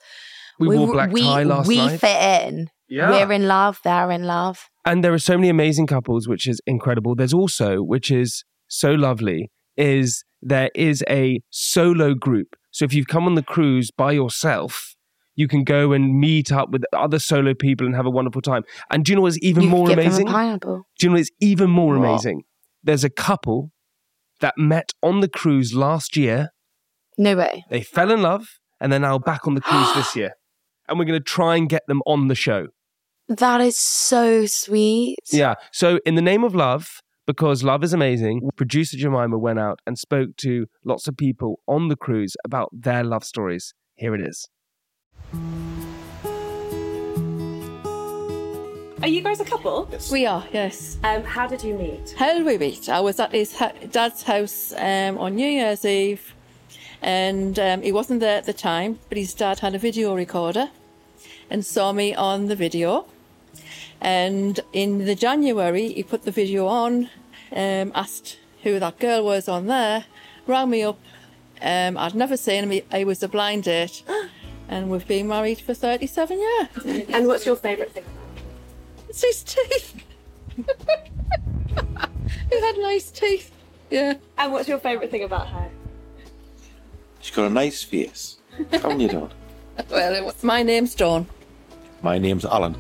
Speaker 1: we, wore black
Speaker 2: we,
Speaker 1: tie last
Speaker 2: we
Speaker 1: night.
Speaker 2: fit in. We're in love. They're in love.
Speaker 1: and there are so many amazing couples, which is incredible. There's also, which is so lovely, is there is a solo group. So if you've come on the cruise by yourself, you can go and meet up with other solo people and have a wonderful time. And do you know what's even
Speaker 2: You
Speaker 1: more
Speaker 2: give
Speaker 1: amazing?
Speaker 2: Them a pineapple.
Speaker 1: Do you know what's even more
Speaker 2: What?
Speaker 1: amazing? There's a couple that met on the cruise last year.
Speaker 2: No way.
Speaker 1: They fell in love and they're now back on the cruise this year. And we're going to try and get them on the show.
Speaker 2: That is so sweet.
Speaker 1: Yeah. So, in the name of love, because love is amazing,
Speaker 2: Mm.
Speaker 1: producer Jemima went out and spoke to lots of people on the cruise about their love stories. Here it is.
Speaker 6: Are you guys a couple?
Speaker 7: We are, yes.
Speaker 6: Um, how did you meet?
Speaker 7: How did we meet? I was at his hu- dad's house um, on New Year's Eve, and um, he wasn't there at the time, but his dad had a video recorder and saw me on the video. And in the January, he put the video on, um, asked who that girl was on there, rang me up. Um, I'd never seen him. He- It was a blind date, and we've been married for 37 years.
Speaker 6: And what's your favourite thing?
Speaker 7: It's his teeth. he had nice teeth. Yeah.
Speaker 6: And what's your favourite thing about her?
Speaker 8: She's got a nice face. Haven't you done?
Speaker 7: Well, it was. My name's Dawn.
Speaker 8: My name's Alan.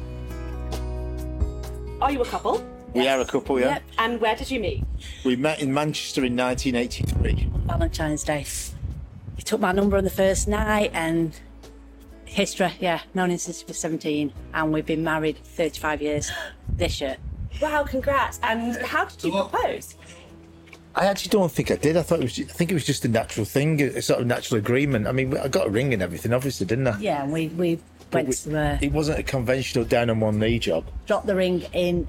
Speaker 6: Are you a couple?
Speaker 8: We are a couple, yeah?
Speaker 6: And where did you meet?
Speaker 8: We met in Manchester in 1983.
Speaker 9: Valentine's Day. He took my number on the first night and history, yeah, known him since he was 17 and we've been married 35 years this year.
Speaker 6: Wow, congrats. And how did you propose?
Speaker 8: I actually don't think I did. I thought it was. I think it was just a natural thing, a sort of natural agreement. I mean, I got a ring and everything, obviously, didn't I?
Speaker 9: Yeah, and we, we
Speaker 8: But
Speaker 9: went
Speaker 8: we-
Speaker 9: to the,
Speaker 8: It wasn't a conventional down on one knee job.
Speaker 9: dropped the ring in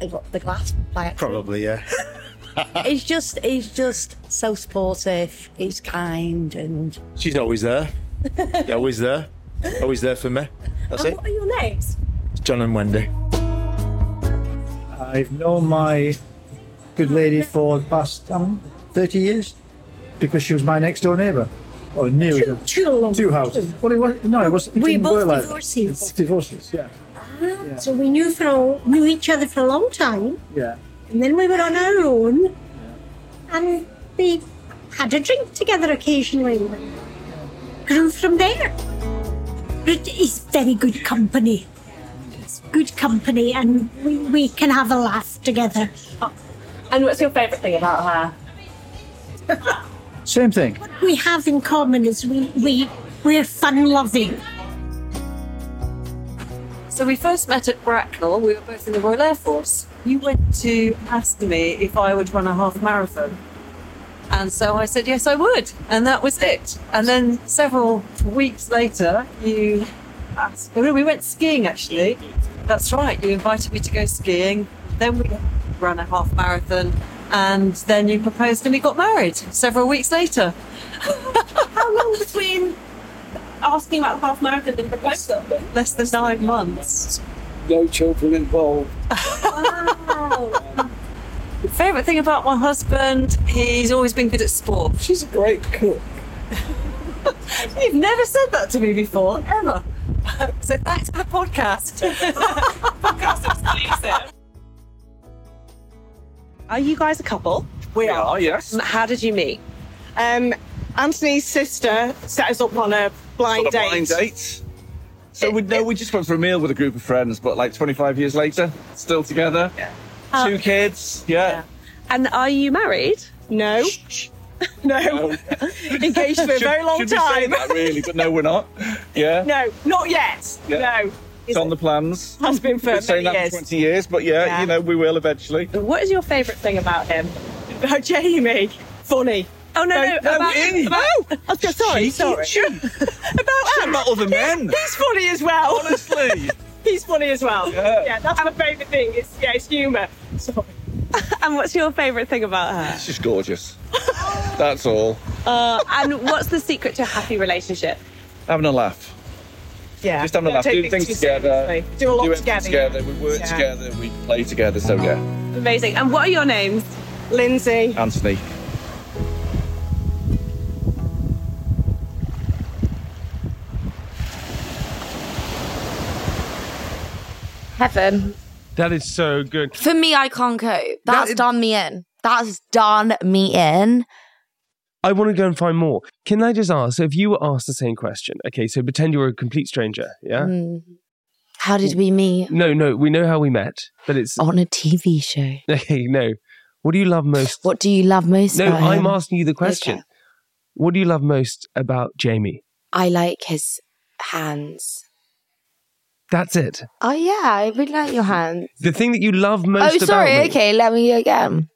Speaker 9: the the glass by accident.
Speaker 8: Probably, yeah.
Speaker 9: He's just, he's just so supportive, he's kind and...
Speaker 8: She's always there. always there. Always there for me. That's
Speaker 6: And
Speaker 8: it.
Speaker 6: what are your names?
Speaker 8: It's John and Wendy.
Speaker 10: I've known my good lady for the past um, 30 years because she was my next door neighbour. Or near two,
Speaker 9: two-
Speaker 10: two houses. Well, it was, no, it was. It
Speaker 9: We
Speaker 10: didn't
Speaker 9: both
Speaker 10: work like that.
Speaker 9: divorcees.
Speaker 10: It's divorces, yeah.
Speaker 9: So we knew for knew each other for a long time
Speaker 10: Yeah.
Speaker 9: and then we were on our own and we had a drink together occasionally. Grew from there.
Speaker 11: But it's very good company. It's good company, and we, we can have a laugh together.
Speaker 6: And what's your favourite thing about her?
Speaker 10: Same thing.
Speaker 11: We have in
Speaker 7: Oh
Speaker 11: common is we, we, we're fun loving.
Speaker 6: So we first met at Bracknell. We were both in the Royal Air Force. You went to ask me if I would run a half marathon. And so I said, yes, I would. And that was it. And then several weeks later, you asked, well, we went skiing actually. That's right. You invited me to go skiing. Then we ran a half marathon. And then you proposed and we got married several weeks later. How long between asking about the half marathon and proposal? Less than nine months.
Speaker 10: No children involved.
Speaker 6: Favorite thing about my husband, he's always been good at sport.
Speaker 10: She's a great cook.
Speaker 6: You've never said that to me before, ever. so back to the podcast. Are you guys a couple? We are, yes. How did you meet?
Speaker 7: Um,
Speaker 12: Anthony's sister set us up on a blind
Speaker 13: On a
Speaker 12: date.
Speaker 13: blind date? So we no, we just went for a meal with a group of friends, but like 25 years later, still together. Two kids. Yeah.
Speaker 12: And are you married? No. no. Engaged for a
Speaker 13: Should-
Speaker 12: very long
Speaker 13: should
Speaker 12: time.
Speaker 13: We say that really, but no, we're not. Yeah.
Speaker 12: No, not yet.
Speaker 13: Yeah.
Speaker 12: No.
Speaker 13: It's on the plans.
Speaker 12: Has been for
Speaker 13: Been saying
Speaker 12: many
Speaker 13: that
Speaker 12: years.
Speaker 13: for 20 years, but yeah,
Speaker 12: Yeah.
Speaker 13: you know, we will eventually. Uh,
Speaker 12: What is your favourite thing about him? About Jamie? Funny. Oh no, no,
Speaker 13: no,
Speaker 12: about,
Speaker 13: me.
Speaker 12: about oh, so- sorry, sorry. about him.
Speaker 13: About other men.
Speaker 12: He's funny as well.
Speaker 13: Honestly.
Speaker 12: he's funny as well. Yeah, that's my favourite thing. It's yeah, it's humour. Sorry. and what's your favourite thing about her?
Speaker 13: It's just gorgeous. That's all.
Speaker 12: Uh, and what's the secret to a happy relationship?
Speaker 13: Having a laugh.
Speaker 12: Yeah.
Speaker 13: Just having a
Speaker 12: Don't
Speaker 13: laugh.
Speaker 12: take
Speaker 13: Doing things
Speaker 12: too
Speaker 13: together.
Speaker 12: seriously. Do a lot
Speaker 13: everything
Speaker 12: together.
Speaker 13: We work
Speaker 12: Yeah.
Speaker 13: together. We play together. So yeah,
Speaker 12: Amazing. And what are your names? Lindsay.
Speaker 13: Anthony.
Speaker 2: Heaven.
Speaker 1: That is so good.
Speaker 2: For me, I can't cope. That's done me in. That's done me in.
Speaker 1: I want to go and find more. Can I just ask? So, if you were asked the same question, okay, so pretend you were a complete stranger, yeah?
Speaker 2: Mm. How did we meet?
Speaker 1: No, no, we know how we met, but it's
Speaker 2: on a TV show.
Speaker 1: Okay, no. What do you love most?
Speaker 2: What do you love most?
Speaker 1: No,
Speaker 2: about
Speaker 1: I'm
Speaker 2: him?
Speaker 1: asking you the question.
Speaker 2: Okay.
Speaker 1: What do you love most about Jamie?
Speaker 2: I like his hands.
Speaker 1: That's it.
Speaker 2: Oh yeah, I really like your hands.
Speaker 1: The thing that you love most
Speaker 2: oh
Speaker 1: about
Speaker 2: sorry,
Speaker 1: me.
Speaker 2: okay, let me go again.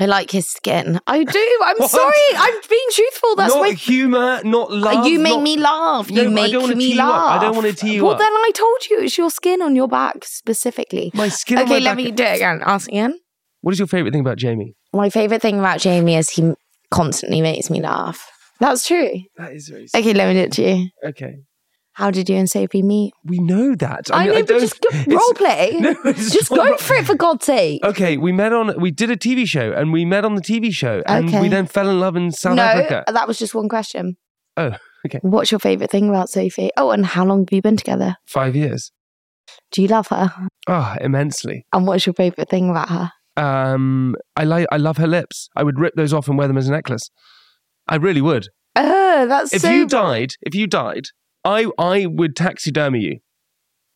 Speaker 2: I like his skin. I do. I'm
Speaker 1: What?
Speaker 2: sorry. I'm being truthful. That's
Speaker 1: not
Speaker 2: my Oh,
Speaker 1: humour, not love.
Speaker 2: you make
Speaker 1: not-
Speaker 2: me laugh.
Speaker 1: No,
Speaker 2: You
Speaker 1: I
Speaker 2: make
Speaker 1: don't wanna
Speaker 2: me
Speaker 1: tee you up.
Speaker 2: laugh.
Speaker 1: I don't want to tee you
Speaker 2: well,
Speaker 1: up.
Speaker 2: then I told you it's your skin on your back specifically.
Speaker 1: My skin.
Speaker 2: Okay,
Speaker 1: on my
Speaker 2: let
Speaker 1: back.
Speaker 2: me do it again. Ask again.
Speaker 1: What is your favourite thing about Jamie?
Speaker 2: My favorite thing about Jamie is he constantly makes me laugh. That's true.
Speaker 1: That is very
Speaker 2: Okay, let me do it to you.
Speaker 1: Okay.
Speaker 2: How did you and Sophie meet?
Speaker 1: We know that.
Speaker 2: I,
Speaker 1: mean,
Speaker 2: know, but
Speaker 1: don't-
Speaker 2: just go,
Speaker 1: it's-
Speaker 2: role play.
Speaker 1: No, it's Oh,
Speaker 2: just
Speaker 1: not
Speaker 2: go
Speaker 1: ro-
Speaker 2: for it for God's sake.
Speaker 1: Okay, we met on. We did a TV show, and we met on the TV show, and
Speaker 2: Okay.
Speaker 1: we then fell in love in South
Speaker 2: no,
Speaker 1: Africa.
Speaker 2: that was just one question.
Speaker 1: Oh, okay.
Speaker 2: What's your favorite thing about Sophie? Oh, and how long have you been together?
Speaker 1: Five years.
Speaker 2: Do you love her?
Speaker 1: Oh, immensely.
Speaker 2: And what's your favorite thing about her?
Speaker 1: Um, I like. I love her lips. I would rip those off and wear them as a necklace. I really would.
Speaker 2: Oh, that's
Speaker 1: if
Speaker 2: so.
Speaker 1: you died, if you died, I I would taxidermy you.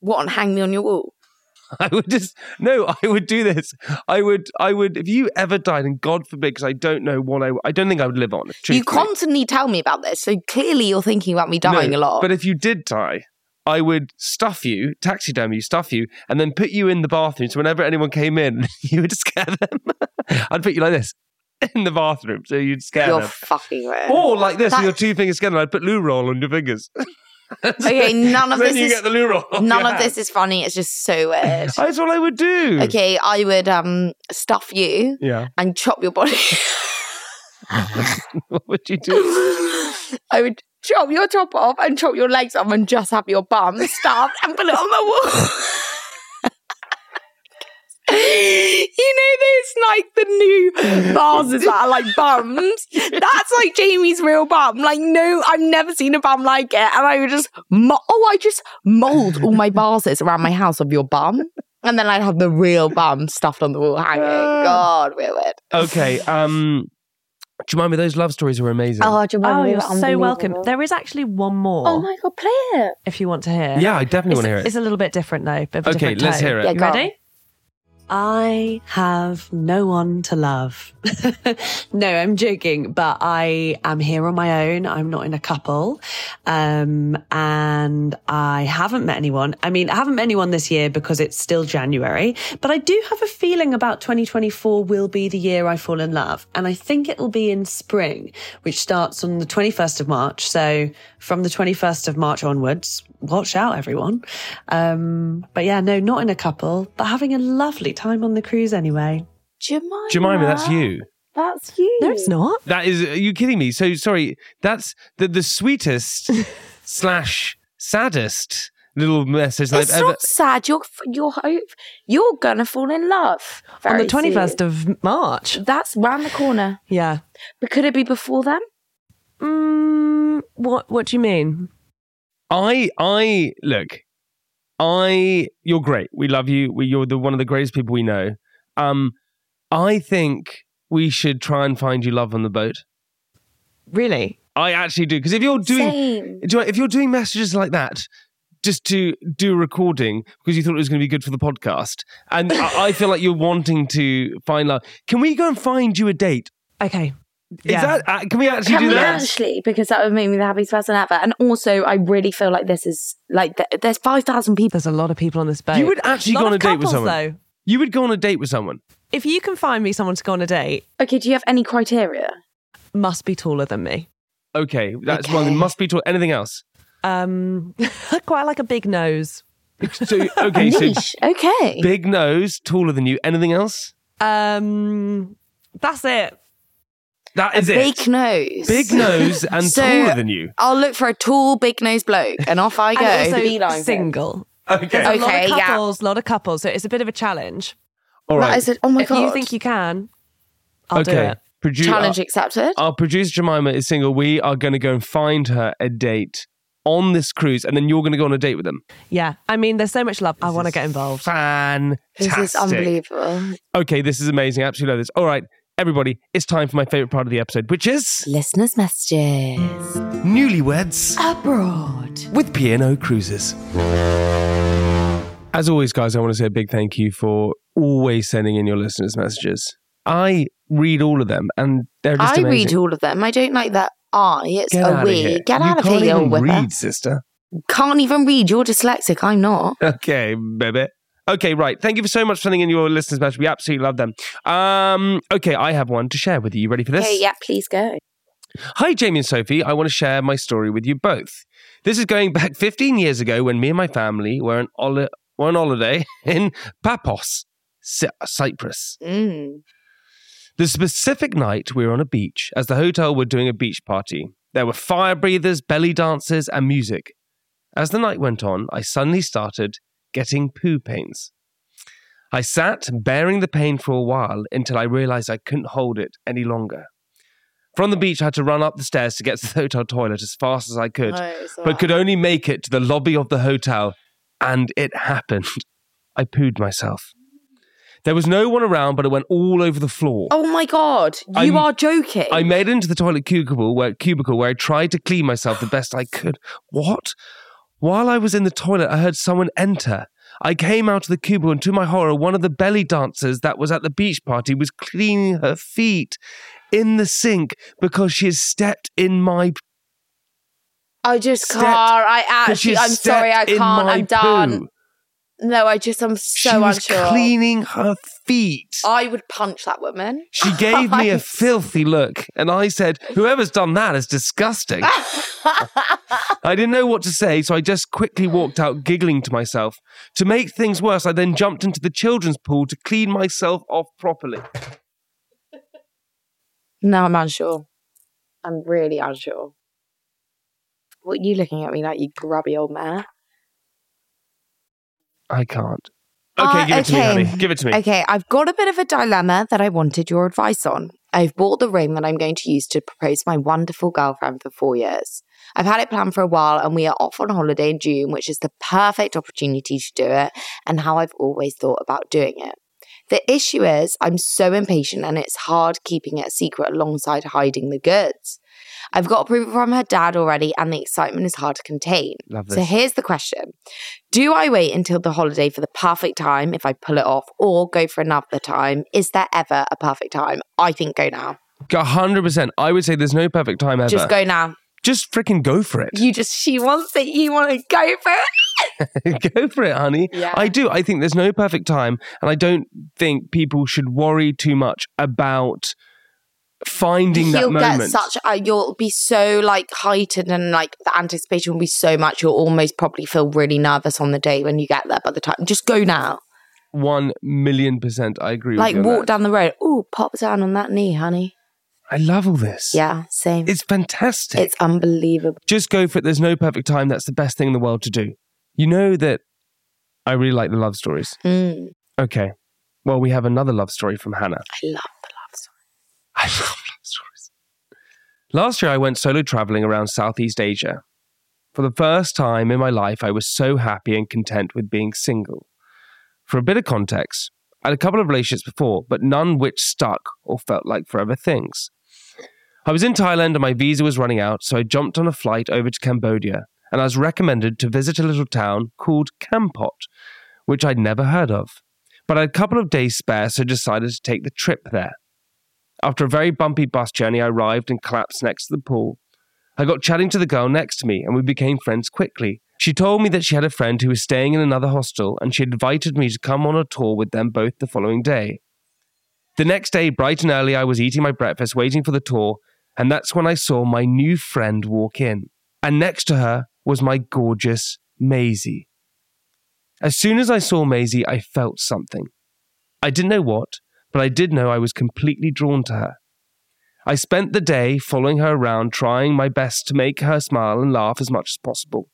Speaker 2: what and hang me on your wall?
Speaker 1: I would just no. I would do this. I would. I would. If you ever died, and God forbid, because I don't know what I. I don't think I would live on.
Speaker 2: You constantly tell me about this, so clearly you're thinking about me dying
Speaker 1: No,
Speaker 2: a lot.
Speaker 1: But if you did die, I would stuff you, taxidermy you, stuff you, and then put you in the bathroom. So whenever anyone came in, you would scare them. I'd put you like this in the bathroom, so you'd scare
Speaker 2: you're
Speaker 1: them.
Speaker 2: fucking weird.
Speaker 1: or like this, with
Speaker 2: That-
Speaker 1: your two fingers together. I'd put loo roll on your fingers.
Speaker 2: okay, none of
Speaker 1: then
Speaker 2: this
Speaker 1: you
Speaker 2: is
Speaker 1: get the loo roll. off
Speaker 2: none
Speaker 1: your
Speaker 2: of this
Speaker 1: hand.
Speaker 2: is funny. It's just so weird.
Speaker 1: That's what I would do.
Speaker 2: Okay, I would um stuff you
Speaker 1: Yeah.
Speaker 2: and chop your body.
Speaker 1: what would you do?
Speaker 2: I would chop your top off and chop your legs off and just have your bum stuffed and put it on the wall. you know there's like the new vases that are like bums that's like jamie's real bum like no i've never seen a bum like it and i would just mo- oh i just mold all my vases around my house of your bum and then i'd have the real bum stuffed on the wall hanging god we're weird
Speaker 1: Okay. Um, do you mind me? Those love stories were amazing.
Speaker 2: oh, do you mind
Speaker 6: Oh,
Speaker 2: we
Speaker 6: you're
Speaker 2: were
Speaker 6: so welcome.
Speaker 2: unbelievable.
Speaker 6: There is actually one more. Oh my
Speaker 2: god, play it
Speaker 6: if you want to hear.
Speaker 1: Yeah, I definitely
Speaker 6: It's-
Speaker 1: wanna hear it.
Speaker 6: It's a little bit different though. bit of a
Speaker 1: Okay,
Speaker 6: different
Speaker 1: let's
Speaker 6: tone.
Speaker 1: hear it. Yeah,
Speaker 6: You
Speaker 1: go on.
Speaker 6: ready? I have no one to love. no, I'm joking, but I am here on my own. I'm not in a couple. Um, and I haven't met anyone. I mean, I haven't met anyone this year because it's still January, but I do have a feeling about 2024 will be the year I fall in love. And I think it will be in spring, which starts on the 21st of March. So from the 21st of March onwards, watch out, everyone. Um, but yeah, no, not in a couple, but having a lovely time on the cruise anyway.
Speaker 2: Jemima.
Speaker 1: Jemima, that's you.
Speaker 2: That's you.
Speaker 6: No, it's not.
Speaker 1: That is. Are you kidding me? So sorry. That's the the sweetest slash saddest little message that
Speaker 2: it's
Speaker 1: I've ever.
Speaker 2: not sad. You're f- you're hope you're gonna fall in love
Speaker 6: On the
Speaker 2: very soon.
Speaker 6: 21st of March.
Speaker 2: That's round the corner.
Speaker 6: Yeah.
Speaker 2: But could it be before then?
Speaker 6: Mm, what What do you mean?
Speaker 1: I I look. I you're great. We love you. We you're the one of the greatest people we know. Um, I think we should try and find you love on the boat.
Speaker 6: Really?
Speaker 1: I actually do because if you're doing
Speaker 6: Same.
Speaker 1: do you- if you're doing messages like that just to do a recording because you thought it was going to be good for the podcast, and I, I feel like you're wanting to find love. Can we go and find you a date?
Speaker 6: Okay.
Speaker 1: Is
Speaker 2: Yeah.
Speaker 1: that uh, can we actually
Speaker 2: Can
Speaker 1: do
Speaker 2: we
Speaker 1: that?
Speaker 2: actually? Because that would make me the happiest person ever. And also, I really feel like this is like th- there's five thousand people.
Speaker 6: There's a lot of people on this boat.
Speaker 1: You would actually
Speaker 6: Lot
Speaker 1: go on
Speaker 6: of
Speaker 1: a date with
Speaker 6: couples,
Speaker 1: someone.
Speaker 6: though.
Speaker 1: You would go on a date with someone.
Speaker 6: If you can find me someone to go on a date,
Speaker 2: Okay, do you have any criteria?
Speaker 6: must be taller than me.
Speaker 1: Okay, that's one. It must be tall. Anything else?
Speaker 6: Um, quite like a big nose.
Speaker 1: So okay, so
Speaker 2: okay.
Speaker 1: Big nose, taller than you. Anything else?
Speaker 6: Um, that's it.
Speaker 1: That is
Speaker 2: a
Speaker 1: it.
Speaker 2: Big nose.
Speaker 1: Big nose and
Speaker 2: So,
Speaker 1: taller than you.
Speaker 2: I'll look for a tall, big nose bloke, and off I go.
Speaker 6: And also single.
Speaker 1: Okay.
Speaker 6: There's a lot
Speaker 2: Okay,
Speaker 6: of
Speaker 2: yeah.
Speaker 6: couples, lot of couples. So it's a bit of a challenge.
Speaker 1: All That right. is
Speaker 2: a- oh my
Speaker 6: if you
Speaker 2: God.
Speaker 6: think you can, I'll
Speaker 1: okay.
Speaker 6: do it.
Speaker 1: Produ- uh,
Speaker 2: Challenge
Speaker 1: our-
Speaker 2: accepted.
Speaker 1: Our producer Jemima is single. We are going to go and find her a date on this cruise, and then you're going to go on a date with them.
Speaker 6: Yeah. I mean, there's so much love. I want to get involved.
Speaker 1: Fan.
Speaker 2: This is unbelievable.
Speaker 1: Okay, this is amazing. I absolutely love this. All right, everybody, it's time for my favorite part of the episode, which is
Speaker 2: listeners' messages.
Speaker 1: Newlyweds
Speaker 3: abroad.
Speaker 1: with P&O Cruises. As always, guys, I want to say a big thank you for always sending in your listeners' messages. I read all of them, and they're just
Speaker 2: I
Speaker 1: amazing.
Speaker 2: read all of them. I don't like that I. It's
Speaker 1: Get
Speaker 2: a
Speaker 1: out of
Speaker 2: we.
Speaker 1: here.
Speaker 2: Get
Speaker 1: you
Speaker 2: out of
Speaker 1: can't
Speaker 2: here, you
Speaker 1: even
Speaker 2: whipper.
Speaker 1: read, sister.
Speaker 2: Can't even read. You're dyslexic. I'm not.
Speaker 1: Okay, baby. Okay, right. Thank you so much for sending in your listeners' message. We absolutely love them. Um, okay, I have one to share with you. You ready for this?
Speaker 2: Okay, yeah, please go.
Speaker 1: Hi, Jamie and Sophie. I want to share my story with you both. This is going back 15 years ago when me and my family were on, oli- were on holiday in Papos, Cy- Cyprus.
Speaker 2: Mm.
Speaker 1: The specific night we were on a beach, as the hotel were doing a beach party. There were fire breathers, belly dancers, and music. As the night went on, I suddenly started getting poo pains. I sat bearing the pain for a while until I realized I couldn't hold it any longer. From the beach, I had to run up the stairs to get to the hotel toilet as fast as I could,
Speaker 2: No, it's all
Speaker 1: but
Speaker 2: right.
Speaker 1: could only make it to the lobby of the hotel, and it happened. I pooed myself. There was no one around, but it went all over the floor.
Speaker 2: Oh my god, you
Speaker 1: I'm-
Speaker 2: are joking.
Speaker 1: I made it into the toilet cubicle where, cubicle where I tried to clean myself the best I could. What? While I was in the toilet, I heard someone enter. I came out of the cubicle, and to my horror, one of the belly dancers that was at the beach party was cleaning her feet in the sink because she had stepped in my.
Speaker 2: I just
Speaker 1: Stepped-
Speaker 2: can't. I
Speaker 1: because she
Speaker 2: actually,
Speaker 1: had
Speaker 2: I'm sorry, I
Speaker 1: stepped in
Speaker 2: can't.
Speaker 1: my
Speaker 2: I'm done.
Speaker 1: poo.
Speaker 2: No, I just, I'm so
Speaker 1: she was
Speaker 2: unsure.
Speaker 1: cleaning her feet.
Speaker 2: I would punch that woman.
Speaker 1: She gave me a filthy look, and I said, Whoever's done that is disgusting. I didn't know what to say, so I just quickly walked out giggling to myself. To make things worse, I then jumped into the children's pool to clean myself off properly.
Speaker 2: No, I'm unsure. I'm really unsure. What are you looking at me like, you grubby old man?
Speaker 1: I can't. Okay,
Speaker 2: Uh,
Speaker 1: give it to
Speaker 2: okay.
Speaker 1: me, honey. Give it to me.
Speaker 2: Okay, I've got a bit of a dilemma that I wanted your advice on. I've bought the ring that I'm going to use to propose my wonderful girlfriend for four years. I've had it planned for a while and we are off on holiday in June, which is the perfect opportunity to do it and how I've always thought about doing it. The issue is, I'm so impatient and it's hard keeping it a secret alongside hiding the goods. I've got approval from her dad already and the excitement is hard to contain.
Speaker 14: Love
Speaker 2: So
Speaker 14: this.
Speaker 2: here's the question Do I wait until the holiday for the perfect time if I pull it off or go for another time? Is there ever a perfect time? I think go now.
Speaker 1: A 100%. I would say there's no perfect time ever.
Speaker 2: Just go now.
Speaker 1: Just freaking go for it.
Speaker 2: You just, she wants it. You want to go for it.
Speaker 1: go for it, honey.
Speaker 2: Yeah.
Speaker 1: I do. I think there's no perfect time, and I don't think people should worry too much about finding that
Speaker 2: You'll get
Speaker 1: moment.
Speaker 2: such a, you'll be so like heightened and like the anticipation will be so much. You'll almost probably feel really nervous on the day when you get there by the time. Just go now.
Speaker 1: One million percent, I agree.
Speaker 2: Like
Speaker 1: with you on
Speaker 2: walk
Speaker 1: that.
Speaker 2: down the road. Ooh, pop down on that knee, honey.
Speaker 1: I love all this.
Speaker 2: Yeah, same.
Speaker 1: It's fantastic.
Speaker 2: It's unbelievable.
Speaker 1: Just go for it. There's no perfect time. That's the best thing in the world to do. You know that I really like the love stories.
Speaker 2: Mm,
Speaker 1: Okay. Well, we have another love story from Hannah.
Speaker 2: I love the love story.
Speaker 1: I love love stories. Last year, I went solo traveling around Southeast Asia. For the first time in my life, I was so happy and content with being single. For a bit of context, I had a couple of relationships before, but none which stuck or felt like forever things. I was in Thailand and my visa was running out, so I jumped on a flight over to Cambodia and I was recommended to visit a little town called Kampot, which I'd never heard of. But I had a couple of days spare, so decided to take the trip there. After a very bumpy bus journey, I arrived and collapsed next to the pool. I got chatting to the girl next to me and we became friends quickly. She told me that she had a friend who was staying in another hostel and she invited me to come on a tour with them both the following day. The next day, bright and early, I was eating my breakfast, waiting for the tour, and that's when I saw my new friend walk in. And next to her was my gorgeous Maisie. As soon as I saw Maisie, I felt something. I didn't know what, but I did know I was completely drawn to her. I spent the day following her around, trying my best to make her smile and laugh as much as possible.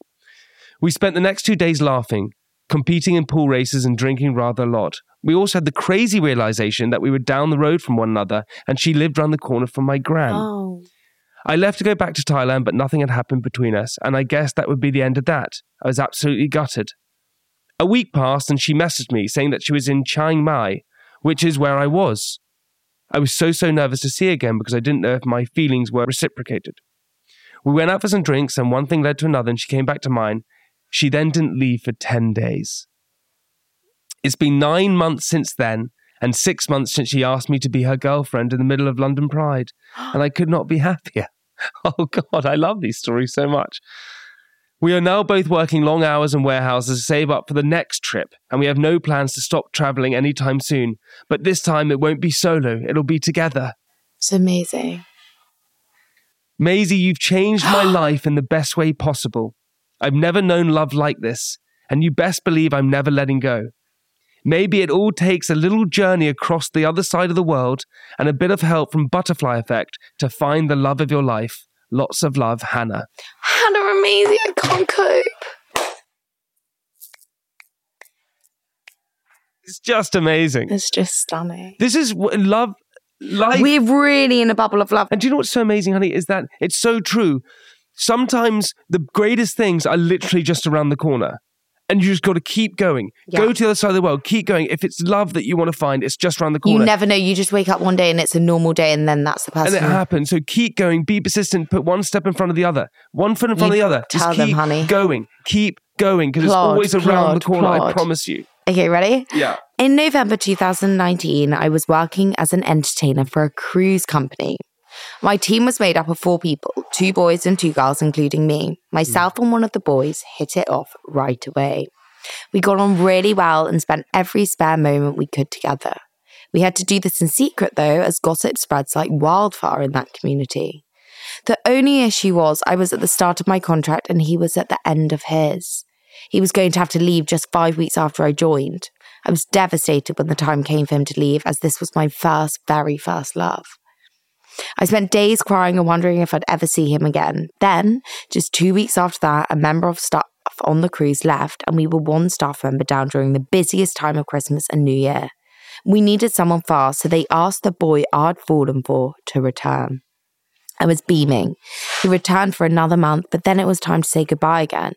Speaker 1: We spent the next two days laughing, competing in pool races, and drinking rather a lot. We also had the crazy realization that we were down the road from one another, and she lived round the corner from my gran. I left to go back to Thailand, but nothing had happened between us, and I guess that would be the end of that. I was absolutely gutted. A week passed, and she messaged me saying that she was in Chiang Mai, which is where I was. I was so, so nervous to see her again because I didn't know if my feelings were reciprocated. We went out for some drinks, and one thing led to another, and she came back to mine. She then didn't leave for 10 days. It's been nine months since then, and six months since she asked me to be her girlfriend in the middle of London Pride, and I could not be happier. Oh, God, I love these stories so much. We are now both working long hours in warehouses to save up for the next trip, and we have no plans to stop traveling anytime soon. But this time it won't be solo, it'll be together.
Speaker 2: It's amazing.
Speaker 1: Maisie, you've changed my life in the best way possible. I've never known love like this, and you best believe I'm never letting go. Maybe it all takes a little journey across the other side of the world and a bit of help from Butterfly Effect to find the love of your life. Lots of love, Hannah.
Speaker 2: Hannah, amazing. I can't cope.
Speaker 1: It's just amazing.
Speaker 2: It's just stunning.
Speaker 1: This is what love, life.
Speaker 2: We're really in a bubble of love.
Speaker 1: And do you know what's so amazing, honey? Is that it's so true. Sometimes the greatest things are literally just around the corner. And you just got to keep going. Go to the other side of the world. Keep going. If it's love that you want to find, it's just around the corner.
Speaker 2: You never know. You just wake up one day and it's a normal day, and then that's the
Speaker 1: and
Speaker 2: person.
Speaker 1: it happens. So keep going. Be persistent. Put one step in front of the other. One foot in front
Speaker 2: You
Speaker 1: of the other.
Speaker 2: tell
Speaker 1: just
Speaker 2: them,
Speaker 1: keep
Speaker 2: honey.
Speaker 1: going. Keep going because it's
Speaker 2: Plod,
Speaker 1: always around the
Speaker 2: plod,
Speaker 1: corner. I
Speaker 2: plod.
Speaker 1: promise you.
Speaker 2: Okay, ready?
Speaker 1: Yeah.
Speaker 2: In November 2019, I was working as an entertainer for a cruise company. My team was made up of four people two boys and two girls, including me. Myself and one of the boys hit it off right away. We got on really well and spent every spare moment we could together. We had to do this in secret, though, as gossip spreads like wildfire in that community. The only issue was I was at the start of my contract and he was at the end of his. He was going to have to leave just five weeks after I joined. I was devastated when the time came for him to leave, as this was my first, very first love. I spent days crying and wondering if I'd ever see him again. Then, just two weeks after that, a member of staff on the cruise left, and we were one staff member down during the busiest time of Christmas and New Year. We needed someone fast, so they asked the boy I'd fallen for to return. I was beaming. He returned for another month, but then it was time to say goodbye again.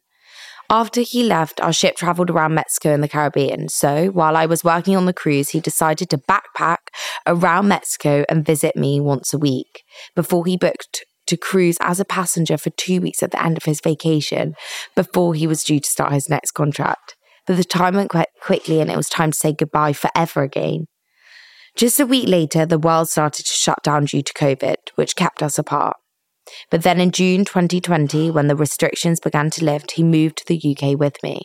Speaker 2: After he left, our ship traveled around Mexico and the Caribbean. So while I was working on the cruise, he decided to backpack around Mexico and visit me once a week before he booked to cruise as a passenger for two weeks at the end of his vacation before he was due to start his next contract. But the time went quite quickly and it was time to say goodbye forever again. Just a week later, the world started to shut down due to COVID, which kept us apart. But then in June 2020, when the restrictions began to lift, he moved to the UK with me.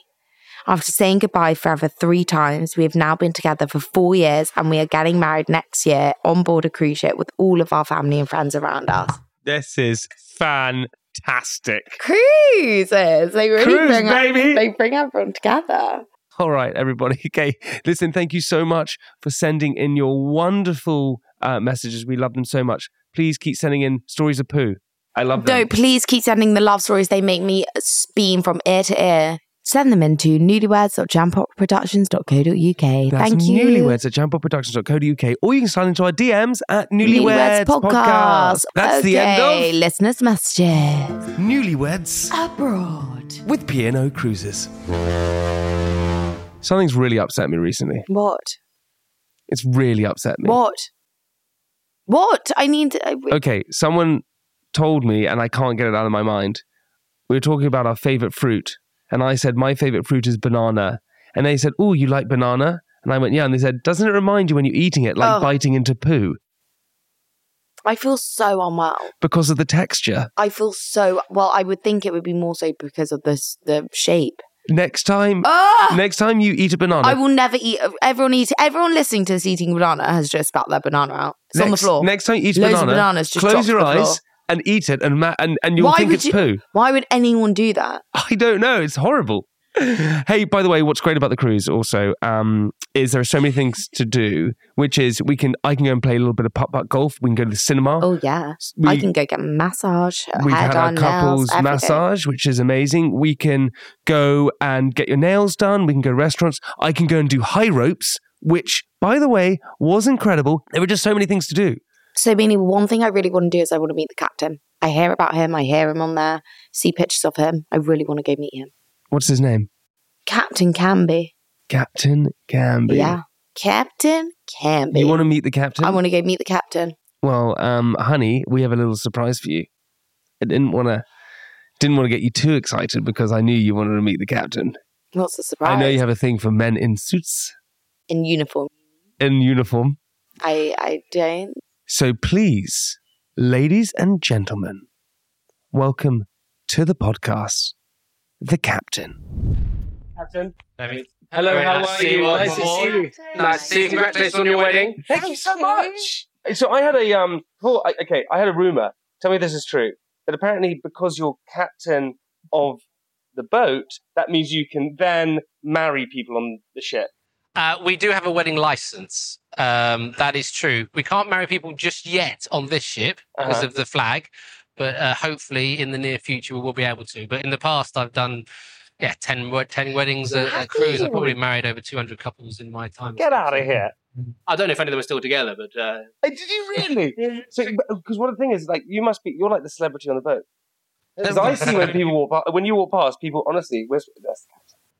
Speaker 2: After saying goodbye forever three times, we have now been together for four years and we are getting married next year on board a cruise ship with all of our family and friends around us.
Speaker 1: This is fantastic.
Speaker 2: Cruises! They really
Speaker 1: Cruise,
Speaker 2: bring out-
Speaker 1: baby!
Speaker 2: they bring everyone together.
Speaker 1: All right, everybody. Okay. Listen, thank you so much for sending in your wonderful uh, messages. We love them so much. Please keep sending in stories of poo. I love them.
Speaker 2: No, please keep sending the love stories. They make me beam from ear to ear. Send them into newlyweds.jampopproductions.co.uk.
Speaker 1: That's
Speaker 2: Thank you.
Speaker 1: Newlyweds at jampopproductions.co.uk, or you can sign into our DMs at Newlyweds,
Speaker 2: Newlyweds podcast.
Speaker 1: That's the
Speaker 2: Okay,
Speaker 1: end of
Speaker 2: listeners' messages.
Speaker 1: Newlyweds
Speaker 3: Abroad.
Speaker 1: with P&O Cruises. Something's really upset me recently.
Speaker 3: What?
Speaker 1: It's really upset me.
Speaker 3: What?
Speaker 2: What? I need. I,
Speaker 1: Okay, someone told me, and I can't get it out of my mind. We were talking about our favorite fruit, and I said my favorite fruit is banana, and they said, "Oh, you like banana?" And I went, "Yeah." And they said, "Doesn't it remind you when you're eating it, like
Speaker 2: Oh.
Speaker 1: biting into poo,
Speaker 2: I feel so unwell.
Speaker 1: because of the texture?"
Speaker 2: I feel so well. I would think it would be more so because of this the shape.
Speaker 1: Next time,
Speaker 2: Ah!
Speaker 1: next time you eat a banana,
Speaker 2: I will never eat. Everyone eat. Everyone listening to this eating banana has just spat their banana out. It's
Speaker 1: next,
Speaker 2: on the floor.
Speaker 1: Next time you eat a
Speaker 2: Loads
Speaker 1: banana,
Speaker 2: of bananas just dropped
Speaker 1: close your
Speaker 2: to the floor.
Speaker 1: eyes and eat it, and ma- and and you'll think
Speaker 2: would
Speaker 1: it's
Speaker 2: you-
Speaker 1: poo. Uh,
Speaker 2: Why would anyone do that?
Speaker 1: I don't know. It's horrible. Hey, by the way, what's great about the cruise also um, is there are so many things to do, which is we can I can go and play a little bit of putt putt golf. We can go to the cinema.
Speaker 2: Oh yeah, I can go get a massage. a
Speaker 1: We've
Speaker 2: hair
Speaker 1: had our
Speaker 2: done, Oh, nails,
Speaker 1: couples
Speaker 2: everything.
Speaker 1: massage, which is amazing. We can go and get your nails done. We can go to restaurants. I can go and do high ropes, which, by the way, was incredible. There were just so many things to do.
Speaker 2: So, Beanie, one thing I really want to do is I want to meet the captain. I hear about him. I hear him on there. See pictures of him. I really want to go meet him.
Speaker 1: What's his name?
Speaker 2: Captain Canby.
Speaker 1: Captain Gamby.
Speaker 2: Yeah, Captain Canby.
Speaker 1: You want to meet the captain?
Speaker 2: I want to go meet the captain.
Speaker 1: Well, um, honey, we have a little surprise for you. I didn't want to didn't want to get you too excited because I knew you wanted to meet the captain.
Speaker 2: What's the surprise?
Speaker 1: I know you have a thing for men in suits
Speaker 2: in uniform.
Speaker 1: in uniform.
Speaker 2: I I don't.
Speaker 1: So please, ladies and gentlemen, welcome to the podcast, the captain.
Speaker 14: Captain.
Speaker 5: Hello,
Speaker 14: Very
Speaker 5: how
Speaker 14: nice
Speaker 5: are
Speaker 14: to see
Speaker 5: you?
Speaker 14: you all.
Speaker 5: Nice to see you.
Speaker 14: Nice to see you. Congratulations on your wedding.
Speaker 1: Thank you so much. So I had a um. Paul, I- okay, I had a rumor. Tell me if this is true. That apparently, because you're captain of the boat, that means you can then marry people on the ship.
Speaker 14: Uh, we do have a wedding license. Um, that is true. We can't marry people just yet on this ship because
Speaker 1: Uh-huh.
Speaker 14: of the flag, but uh, hopefully in the near future we will be able to. But in the past, I've done yeah 10, wed- 10 weddings, a, a cruise. I've probably married over 200 couples in my time.
Speaker 1: Get out of here.
Speaker 14: I don't know if any of them are still together, but uh,
Speaker 1: Hey, did you really? so, because what the thing is, like, you must be, you're like the celebrity on the boat. Because I see when people walk past, when you walk past, people honestly whisper this.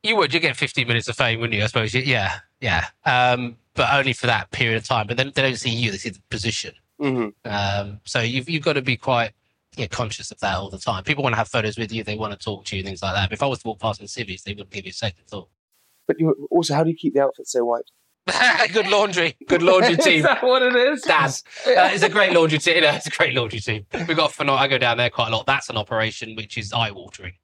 Speaker 14: You would. You'd get 15 minutes of fame, wouldn't you? I suppose. Y- Yeah. Yeah. Um, but only for that period of time. But then they don't see you, they see the position.
Speaker 1: Mm-hmm.
Speaker 14: Um, so you've, you've got to be quite yeah, conscious of that all the time. People want to have photos with you, they want to talk to you, things like that. But if I was to walk past in civvies, they wouldn't give you a second thought.
Speaker 1: But you, also, how do you keep the outfit so white?
Speaker 14: good laundry. Good laundry
Speaker 1: Is
Speaker 14: team.
Speaker 1: that what it is?
Speaker 14: Daz. Uh, it's a great laundry team. No, it's a great laundry team. We've got a phenomenal. I go down there quite a lot. That's an operation which is eye watering.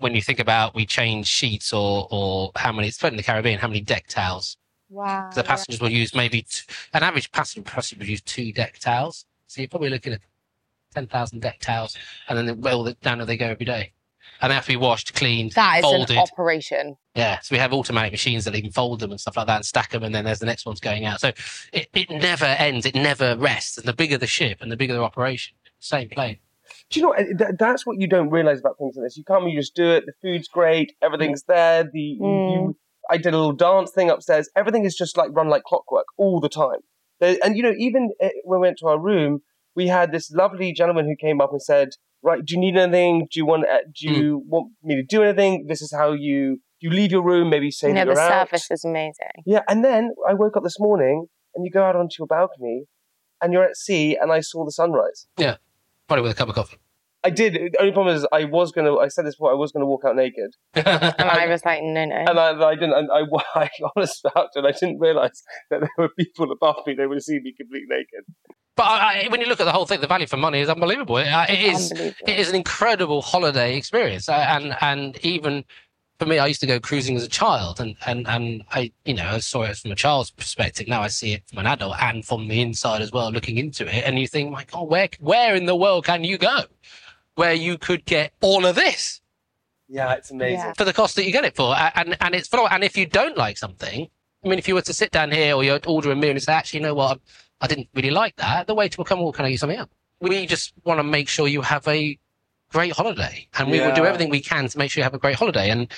Speaker 14: When you think about we change sheets or or how many, especially in the Caribbean, how many deck towels
Speaker 2: Wow.
Speaker 14: the passengers will use maybe t- an average passenger passenger would use two deck towels. So you're probably looking at ten thousand deck towels, and then they- well they- down they go every day, and they have to be washed, cleaned,
Speaker 2: That is
Speaker 14: folded.
Speaker 2: an operation.
Speaker 14: yeah, so we have automatic machines that even fold them and stuff like that, and stack them, and then there's the next one's going out. So it, it never ends, it never rests. And the bigger the ship, and the bigger the operation, same plane.
Speaker 1: Do you know, what, th- that's what you don't realize about things like this. You come, you just do it. The food's great. Everything's there. The you- you, I did a little dance thing upstairs. Everything is just like run like clockwork all the time. There, and you know, even uh, when we went to our room, we had this lovely gentleman who came up and said, "Right, do you need anything? Do you want? Uh, do you want me to do anything? This is how you you leave your room. Maybe say
Speaker 2: You know,
Speaker 1: that
Speaker 2: the
Speaker 1: you're out."
Speaker 2: service is amazing.
Speaker 1: Yeah, and then I woke up this morning, and you go out onto your balcony, and you're at sea, and I saw the sunrise.
Speaker 14: Yeah, probably with a cup of coffee.
Speaker 1: I did. The only problem is I was gonna. I said this before. I was gonna walk out naked,
Speaker 2: And I was like, no, no.
Speaker 1: and I, I didn't. And I, I honest about it. I didn't realise that there were people above me. They would have seen me completely naked.
Speaker 14: But I, I, when you look at the whole thing, the value for money is unbelievable. It, uh, it is it is an incredible holiday experience, Uh, and and even for me, I used to go cruising as a child, and and and I you know I saw it from a child's perspective. Now I see it from an adult and from the inside as well, looking into it. And you think, my God, where where in the world can you go where you could get all of this?
Speaker 1: Yeah, it's amazing.
Speaker 14: for the cost that you get it for. A- And and it's phenomenal. And if you don't like something, I mean, if you were to sit down here or you order a meal and say, actually, you know what, I didn't really like that, the waiter will come, well, can I use something else? We just want to make sure you have a great holiday, and we will do
Speaker 1: Yeah.
Speaker 14: everything we can to make sure you have a great holiday. And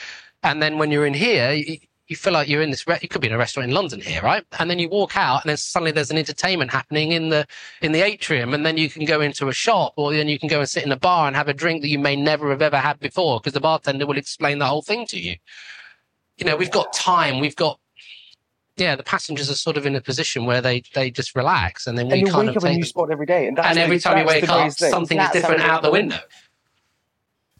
Speaker 14: and then when you're in here. You, you feel like you're in this. Re- you could be in a restaurant in London here, right? And then you walk out, and then suddenly there's an entertainment happening in the in the atrium, and then you can go into a shop, or then you can go and sit in a bar and have a drink that you may never have ever had before, because the bartender will explain the whole thing to you. You know, we've got time, we've got yeah, the passengers are sort of in a position where they, they just relax, and then we
Speaker 15: and you
Speaker 14: kind
Speaker 15: wake up
Speaker 14: of
Speaker 15: in a
Speaker 14: take
Speaker 15: new
Speaker 14: them-
Speaker 15: spot every day, and, that's
Speaker 14: And
Speaker 15: the-
Speaker 14: every time you
Speaker 15: that's the
Speaker 14: wake up,
Speaker 15: greatest thing.
Speaker 14: something is That's different something out the different. window.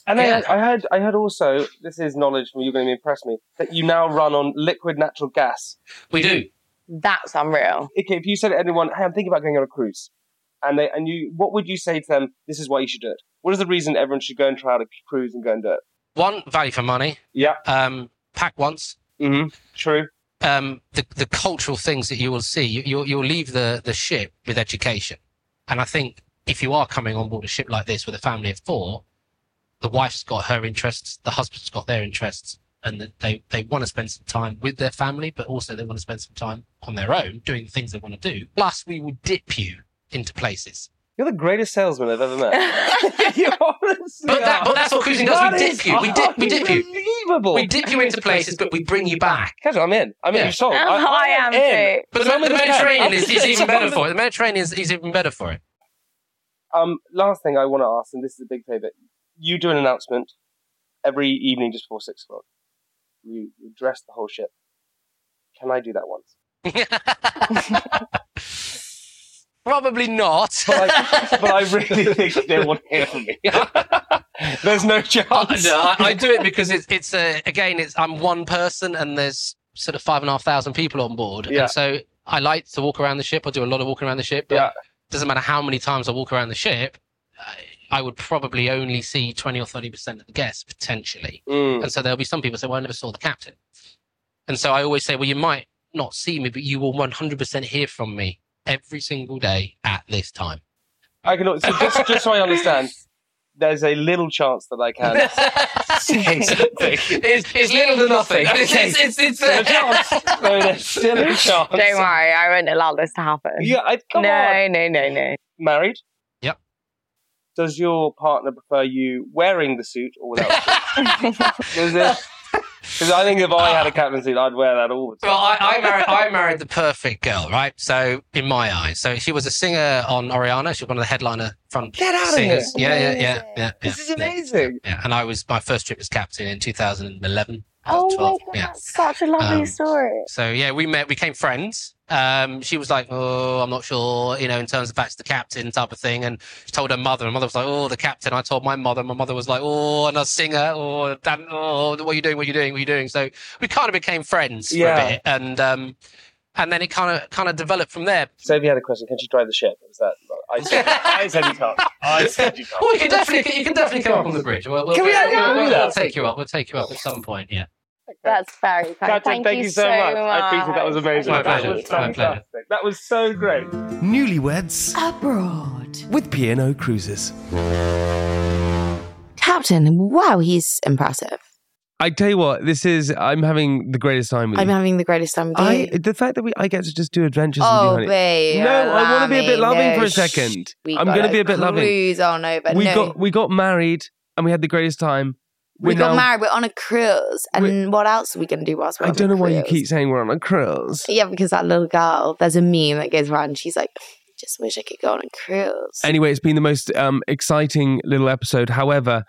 Speaker 15: And then I heard, I heard also, this is knowledge from you're going to impress me, that you now run on liquid natural gas.
Speaker 14: We do.
Speaker 15: That's unreal. Okay, if you said to anyone, "Hey, I'm thinking about going on a cruise," and they and you, what would you say to them? This is why you should do it. What is the reason everyone should go and try out a cruise and go and do it?
Speaker 14: One value for money.
Speaker 15: Yeah.
Speaker 14: Um, pack once.
Speaker 15: Mm-hmm. True.
Speaker 14: Um, the the cultural things that you will see, you, you'll you'll leave the the ship with education, and I think if you are coming on board a ship like this with a family of four, the wife's got her interests, the husband's got their interests, and that they they want to spend some time with their family, but also they want to spend some time on their own doing the things they want to do. Plus, we will dip you into places.
Speaker 15: You're the greatest salesman I've ever met.
Speaker 14: But, that, but that's what cruising does.
Speaker 15: That
Speaker 14: we
Speaker 15: is
Speaker 14: dip you. We dip. We dip you.
Speaker 15: Unbelievable.
Speaker 14: We dip you into places, but we bring you back.
Speaker 15: Casual, I'm in. I'm in. You sold. I- Oh, I am in.
Speaker 14: But the,
Speaker 15: Tell me
Speaker 14: the
Speaker 15: the
Speaker 14: Mediterranean
Speaker 15: plan.
Speaker 14: is, is even better for it. The Mediterranean is, is even better for it.
Speaker 15: Um, last thing I want to ask, and this is a big favour. You do an announcement every evening just before six o'clock. You, you dress the whole ship. Can I do that once?
Speaker 14: Probably not.
Speaker 15: but, I, but I really think they want to hear from me. There's no chance.
Speaker 14: no, I, I do it because it's it's uh, again it's I'm one person and there's sort of five and a half thousand people on board.
Speaker 15: Yeah.
Speaker 14: And so I like to walk around the ship. I do a lot of walking around the ship. But
Speaker 15: Yeah.
Speaker 14: Doesn't matter how many times I walk around the ship. I, I would probably only see twenty or thirty percent of the guests potentially.
Speaker 15: Mm.
Speaker 14: And so there'll be some people say, "Well, I never saw the captain." And so I always say, "Well, you might not see me, but you will one hundred percent hear from me every single day at this time."
Speaker 15: I can. So just, just so I understand, there's a little chance that I can say something.
Speaker 14: It's, it's little to nothing. It's,
Speaker 15: Okay.
Speaker 14: it's, it's, it's
Speaker 15: There's a chance. No, there's still a chance.
Speaker 4: Don't worry, I won't allow this to happen.
Speaker 15: Yeah, I, come
Speaker 4: no,
Speaker 15: on.
Speaker 4: no, no, no.
Speaker 15: Married?
Speaker 14: Yep.
Speaker 15: Does your partner prefer you wearing the suit or without? Because I think if I had a captain suit, I'd wear that all the time.
Speaker 14: Well, I, I married I married the perfect girl, right? So in my eyes, so she was a singer on Oriana. She was one of the headliner front
Speaker 15: Get out of
Speaker 14: singers.
Speaker 15: here.
Speaker 14: Yeah, yeah, yeah, yeah.
Speaker 15: This is
Speaker 14: yeah, yeah,
Speaker 15: amazing.
Speaker 14: Yeah, and I was my first trip as captain in 2011. I was
Speaker 4: Oh
Speaker 14: 12.
Speaker 4: my god,
Speaker 14: yeah.
Speaker 4: that's such a lovely
Speaker 14: Um,
Speaker 4: story.
Speaker 14: So yeah, we met, we became friends. Um, she was like, oh, I'm not sure, you know, in terms of that's the captain type of thing. And she told her mother, and mother was like, oh, the captain. I told my mother, my mother was like, oh, and a singer, oh, Dan, oh, what are you doing? What are you doing? What are you doing? So we kind of became friends for
Speaker 15: Yeah.
Speaker 14: a bit, and um, and then it kind of kind of developed from there.
Speaker 15: Sophie had a question. Can she drive the ship? Is that I said, I said you can't. I said you can't.
Speaker 14: Well, you can definitely you can definitely come up on the bridge. We'll, we'll,
Speaker 15: Can we- yeah,
Speaker 14: we'll- we'll-
Speaker 15: we'll do
Speaker 14: we'll
Speaker 15: that.
Speaker 14: take you up. We'll take you up at some point. Yeah.
Speaker 4: That's very kind.
Speaker 15: Catherine,
Speaker 4: thank, you so
Speaker 15: much. I think that, that was amazing.
Speaker 14: My
Speaker 15: That
Speaker 14: pleasure.
Speaker 15: was
Speaker 14: My pleasure.
Speaker 15: fantastic. That was so great.
Speaker 1: Newlyweds abroad with P&O Cruises.
Speaker 2: Captain, wow, he's impressive.
Speaker 1: I tell you what, this is I'm having the greatest time with
Speaker 2: I'm
Speaker 1: you.
Speaker 2: having the greatest time of the
Speaker 1: I the fact that we I get to just do adventures
Speaker 2: Oh,
Speaker 1: with you, honey.
Speaker 2: babe,
Speaker 1: no, I want to be a bit
Speaker 2: Lamy,
Speaker 1: loving
Speaker 2: no,
Speaker 1: for a
Speaker 2: shh.
Speaker 1: second.
Speaker 2: We
Speaker 1: I'm
Speaker 2: got
Speaker 1: going to
Speaker 2: a
Speaker 1: be a bit loving.
Speaker 2: Cruise on over.
Speaker 1: We
Speaker 2: no,
Speaker 1: got we got married and we had the greatest time.
Speaker 2: we
Speaker 1: We're
Speaker 2: got
Speaker 1: now-
Speaker 2: married. We're on a cruise, and what else are we going to do whilst we're?
Speaker 1: I
Speaker 2: on a
Speaker 1: don't know why you
Speaker 2: cruise?
Speaker 1: keep saying we're on a cruise.
Speaker 2: Yeah, because that little girl. There's a meme that goes around. She's like, I just wish I could go on a cruise.
Speaker 1: Anyway, it's been the most um, exciting little episode. However,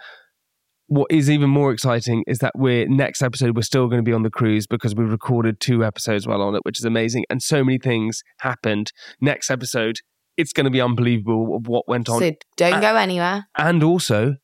Speaker 1: what is even more exciting is that we're next episode we're still going to be on the cruise because we recorded two episodes while on it, which is amazing. And so many things happened. Next episode, it's going to be unbelievable of what went on.
Speaker 2: So don't
Speaker 1: And-
Speaker 2: go anywhere.
Speaker 1: And also,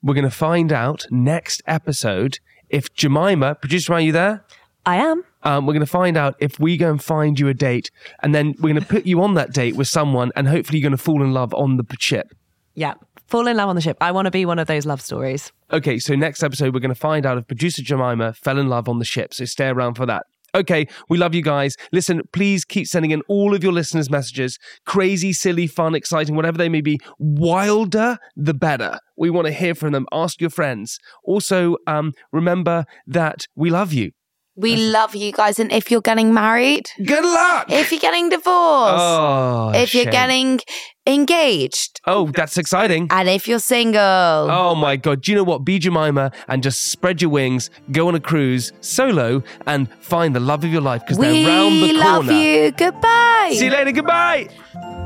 Speaker 1: we're going to find out next episode if Jemima, producer, are you there?
Speaker 6: I am.
Speaker 1: Um, we're going to find out if we go and find you a date, and then we're going to put you on that date with someone, and hopefully you're going to fall in love on the p- ship.
Speaker 6: Yeah. Fall in love on the ship. I want to be one of those love stories.
Speaker 1: Okay, so next episode, we're going to find out if producer Jemima fell in love on the ship. So stay around for that. Okay, we love you guys. Listen, please keep sending in all of your listeners' messages. Crazy, silly, fun, exciting, whatever they may be. Wilder, the better. We want to hear from them. Ask your friends. Also, um, remember that we love you.
Speaker 2: We love you guys, and if you're getting married,
Speaker 1: good luck.
Speaker 2: If you're getting divorced,
Speaker 1: Oh,
Speaker 2: if you're
Speaker 1: shame.
Speaker 2: getting engaged,
Speaker 1: Oh, that's exciting.
Speaker 2: and if you're single.
Speaker 1: Oh my God. Do you know what? Be Jemima and just spread your wings, go on a cruise solo, and find the love of your life because
Speaker 2: we
Speaker 1: they're round the corner.
Speaker 2: love you. Goodbye.
Speaker 1: See you later. Goodbye.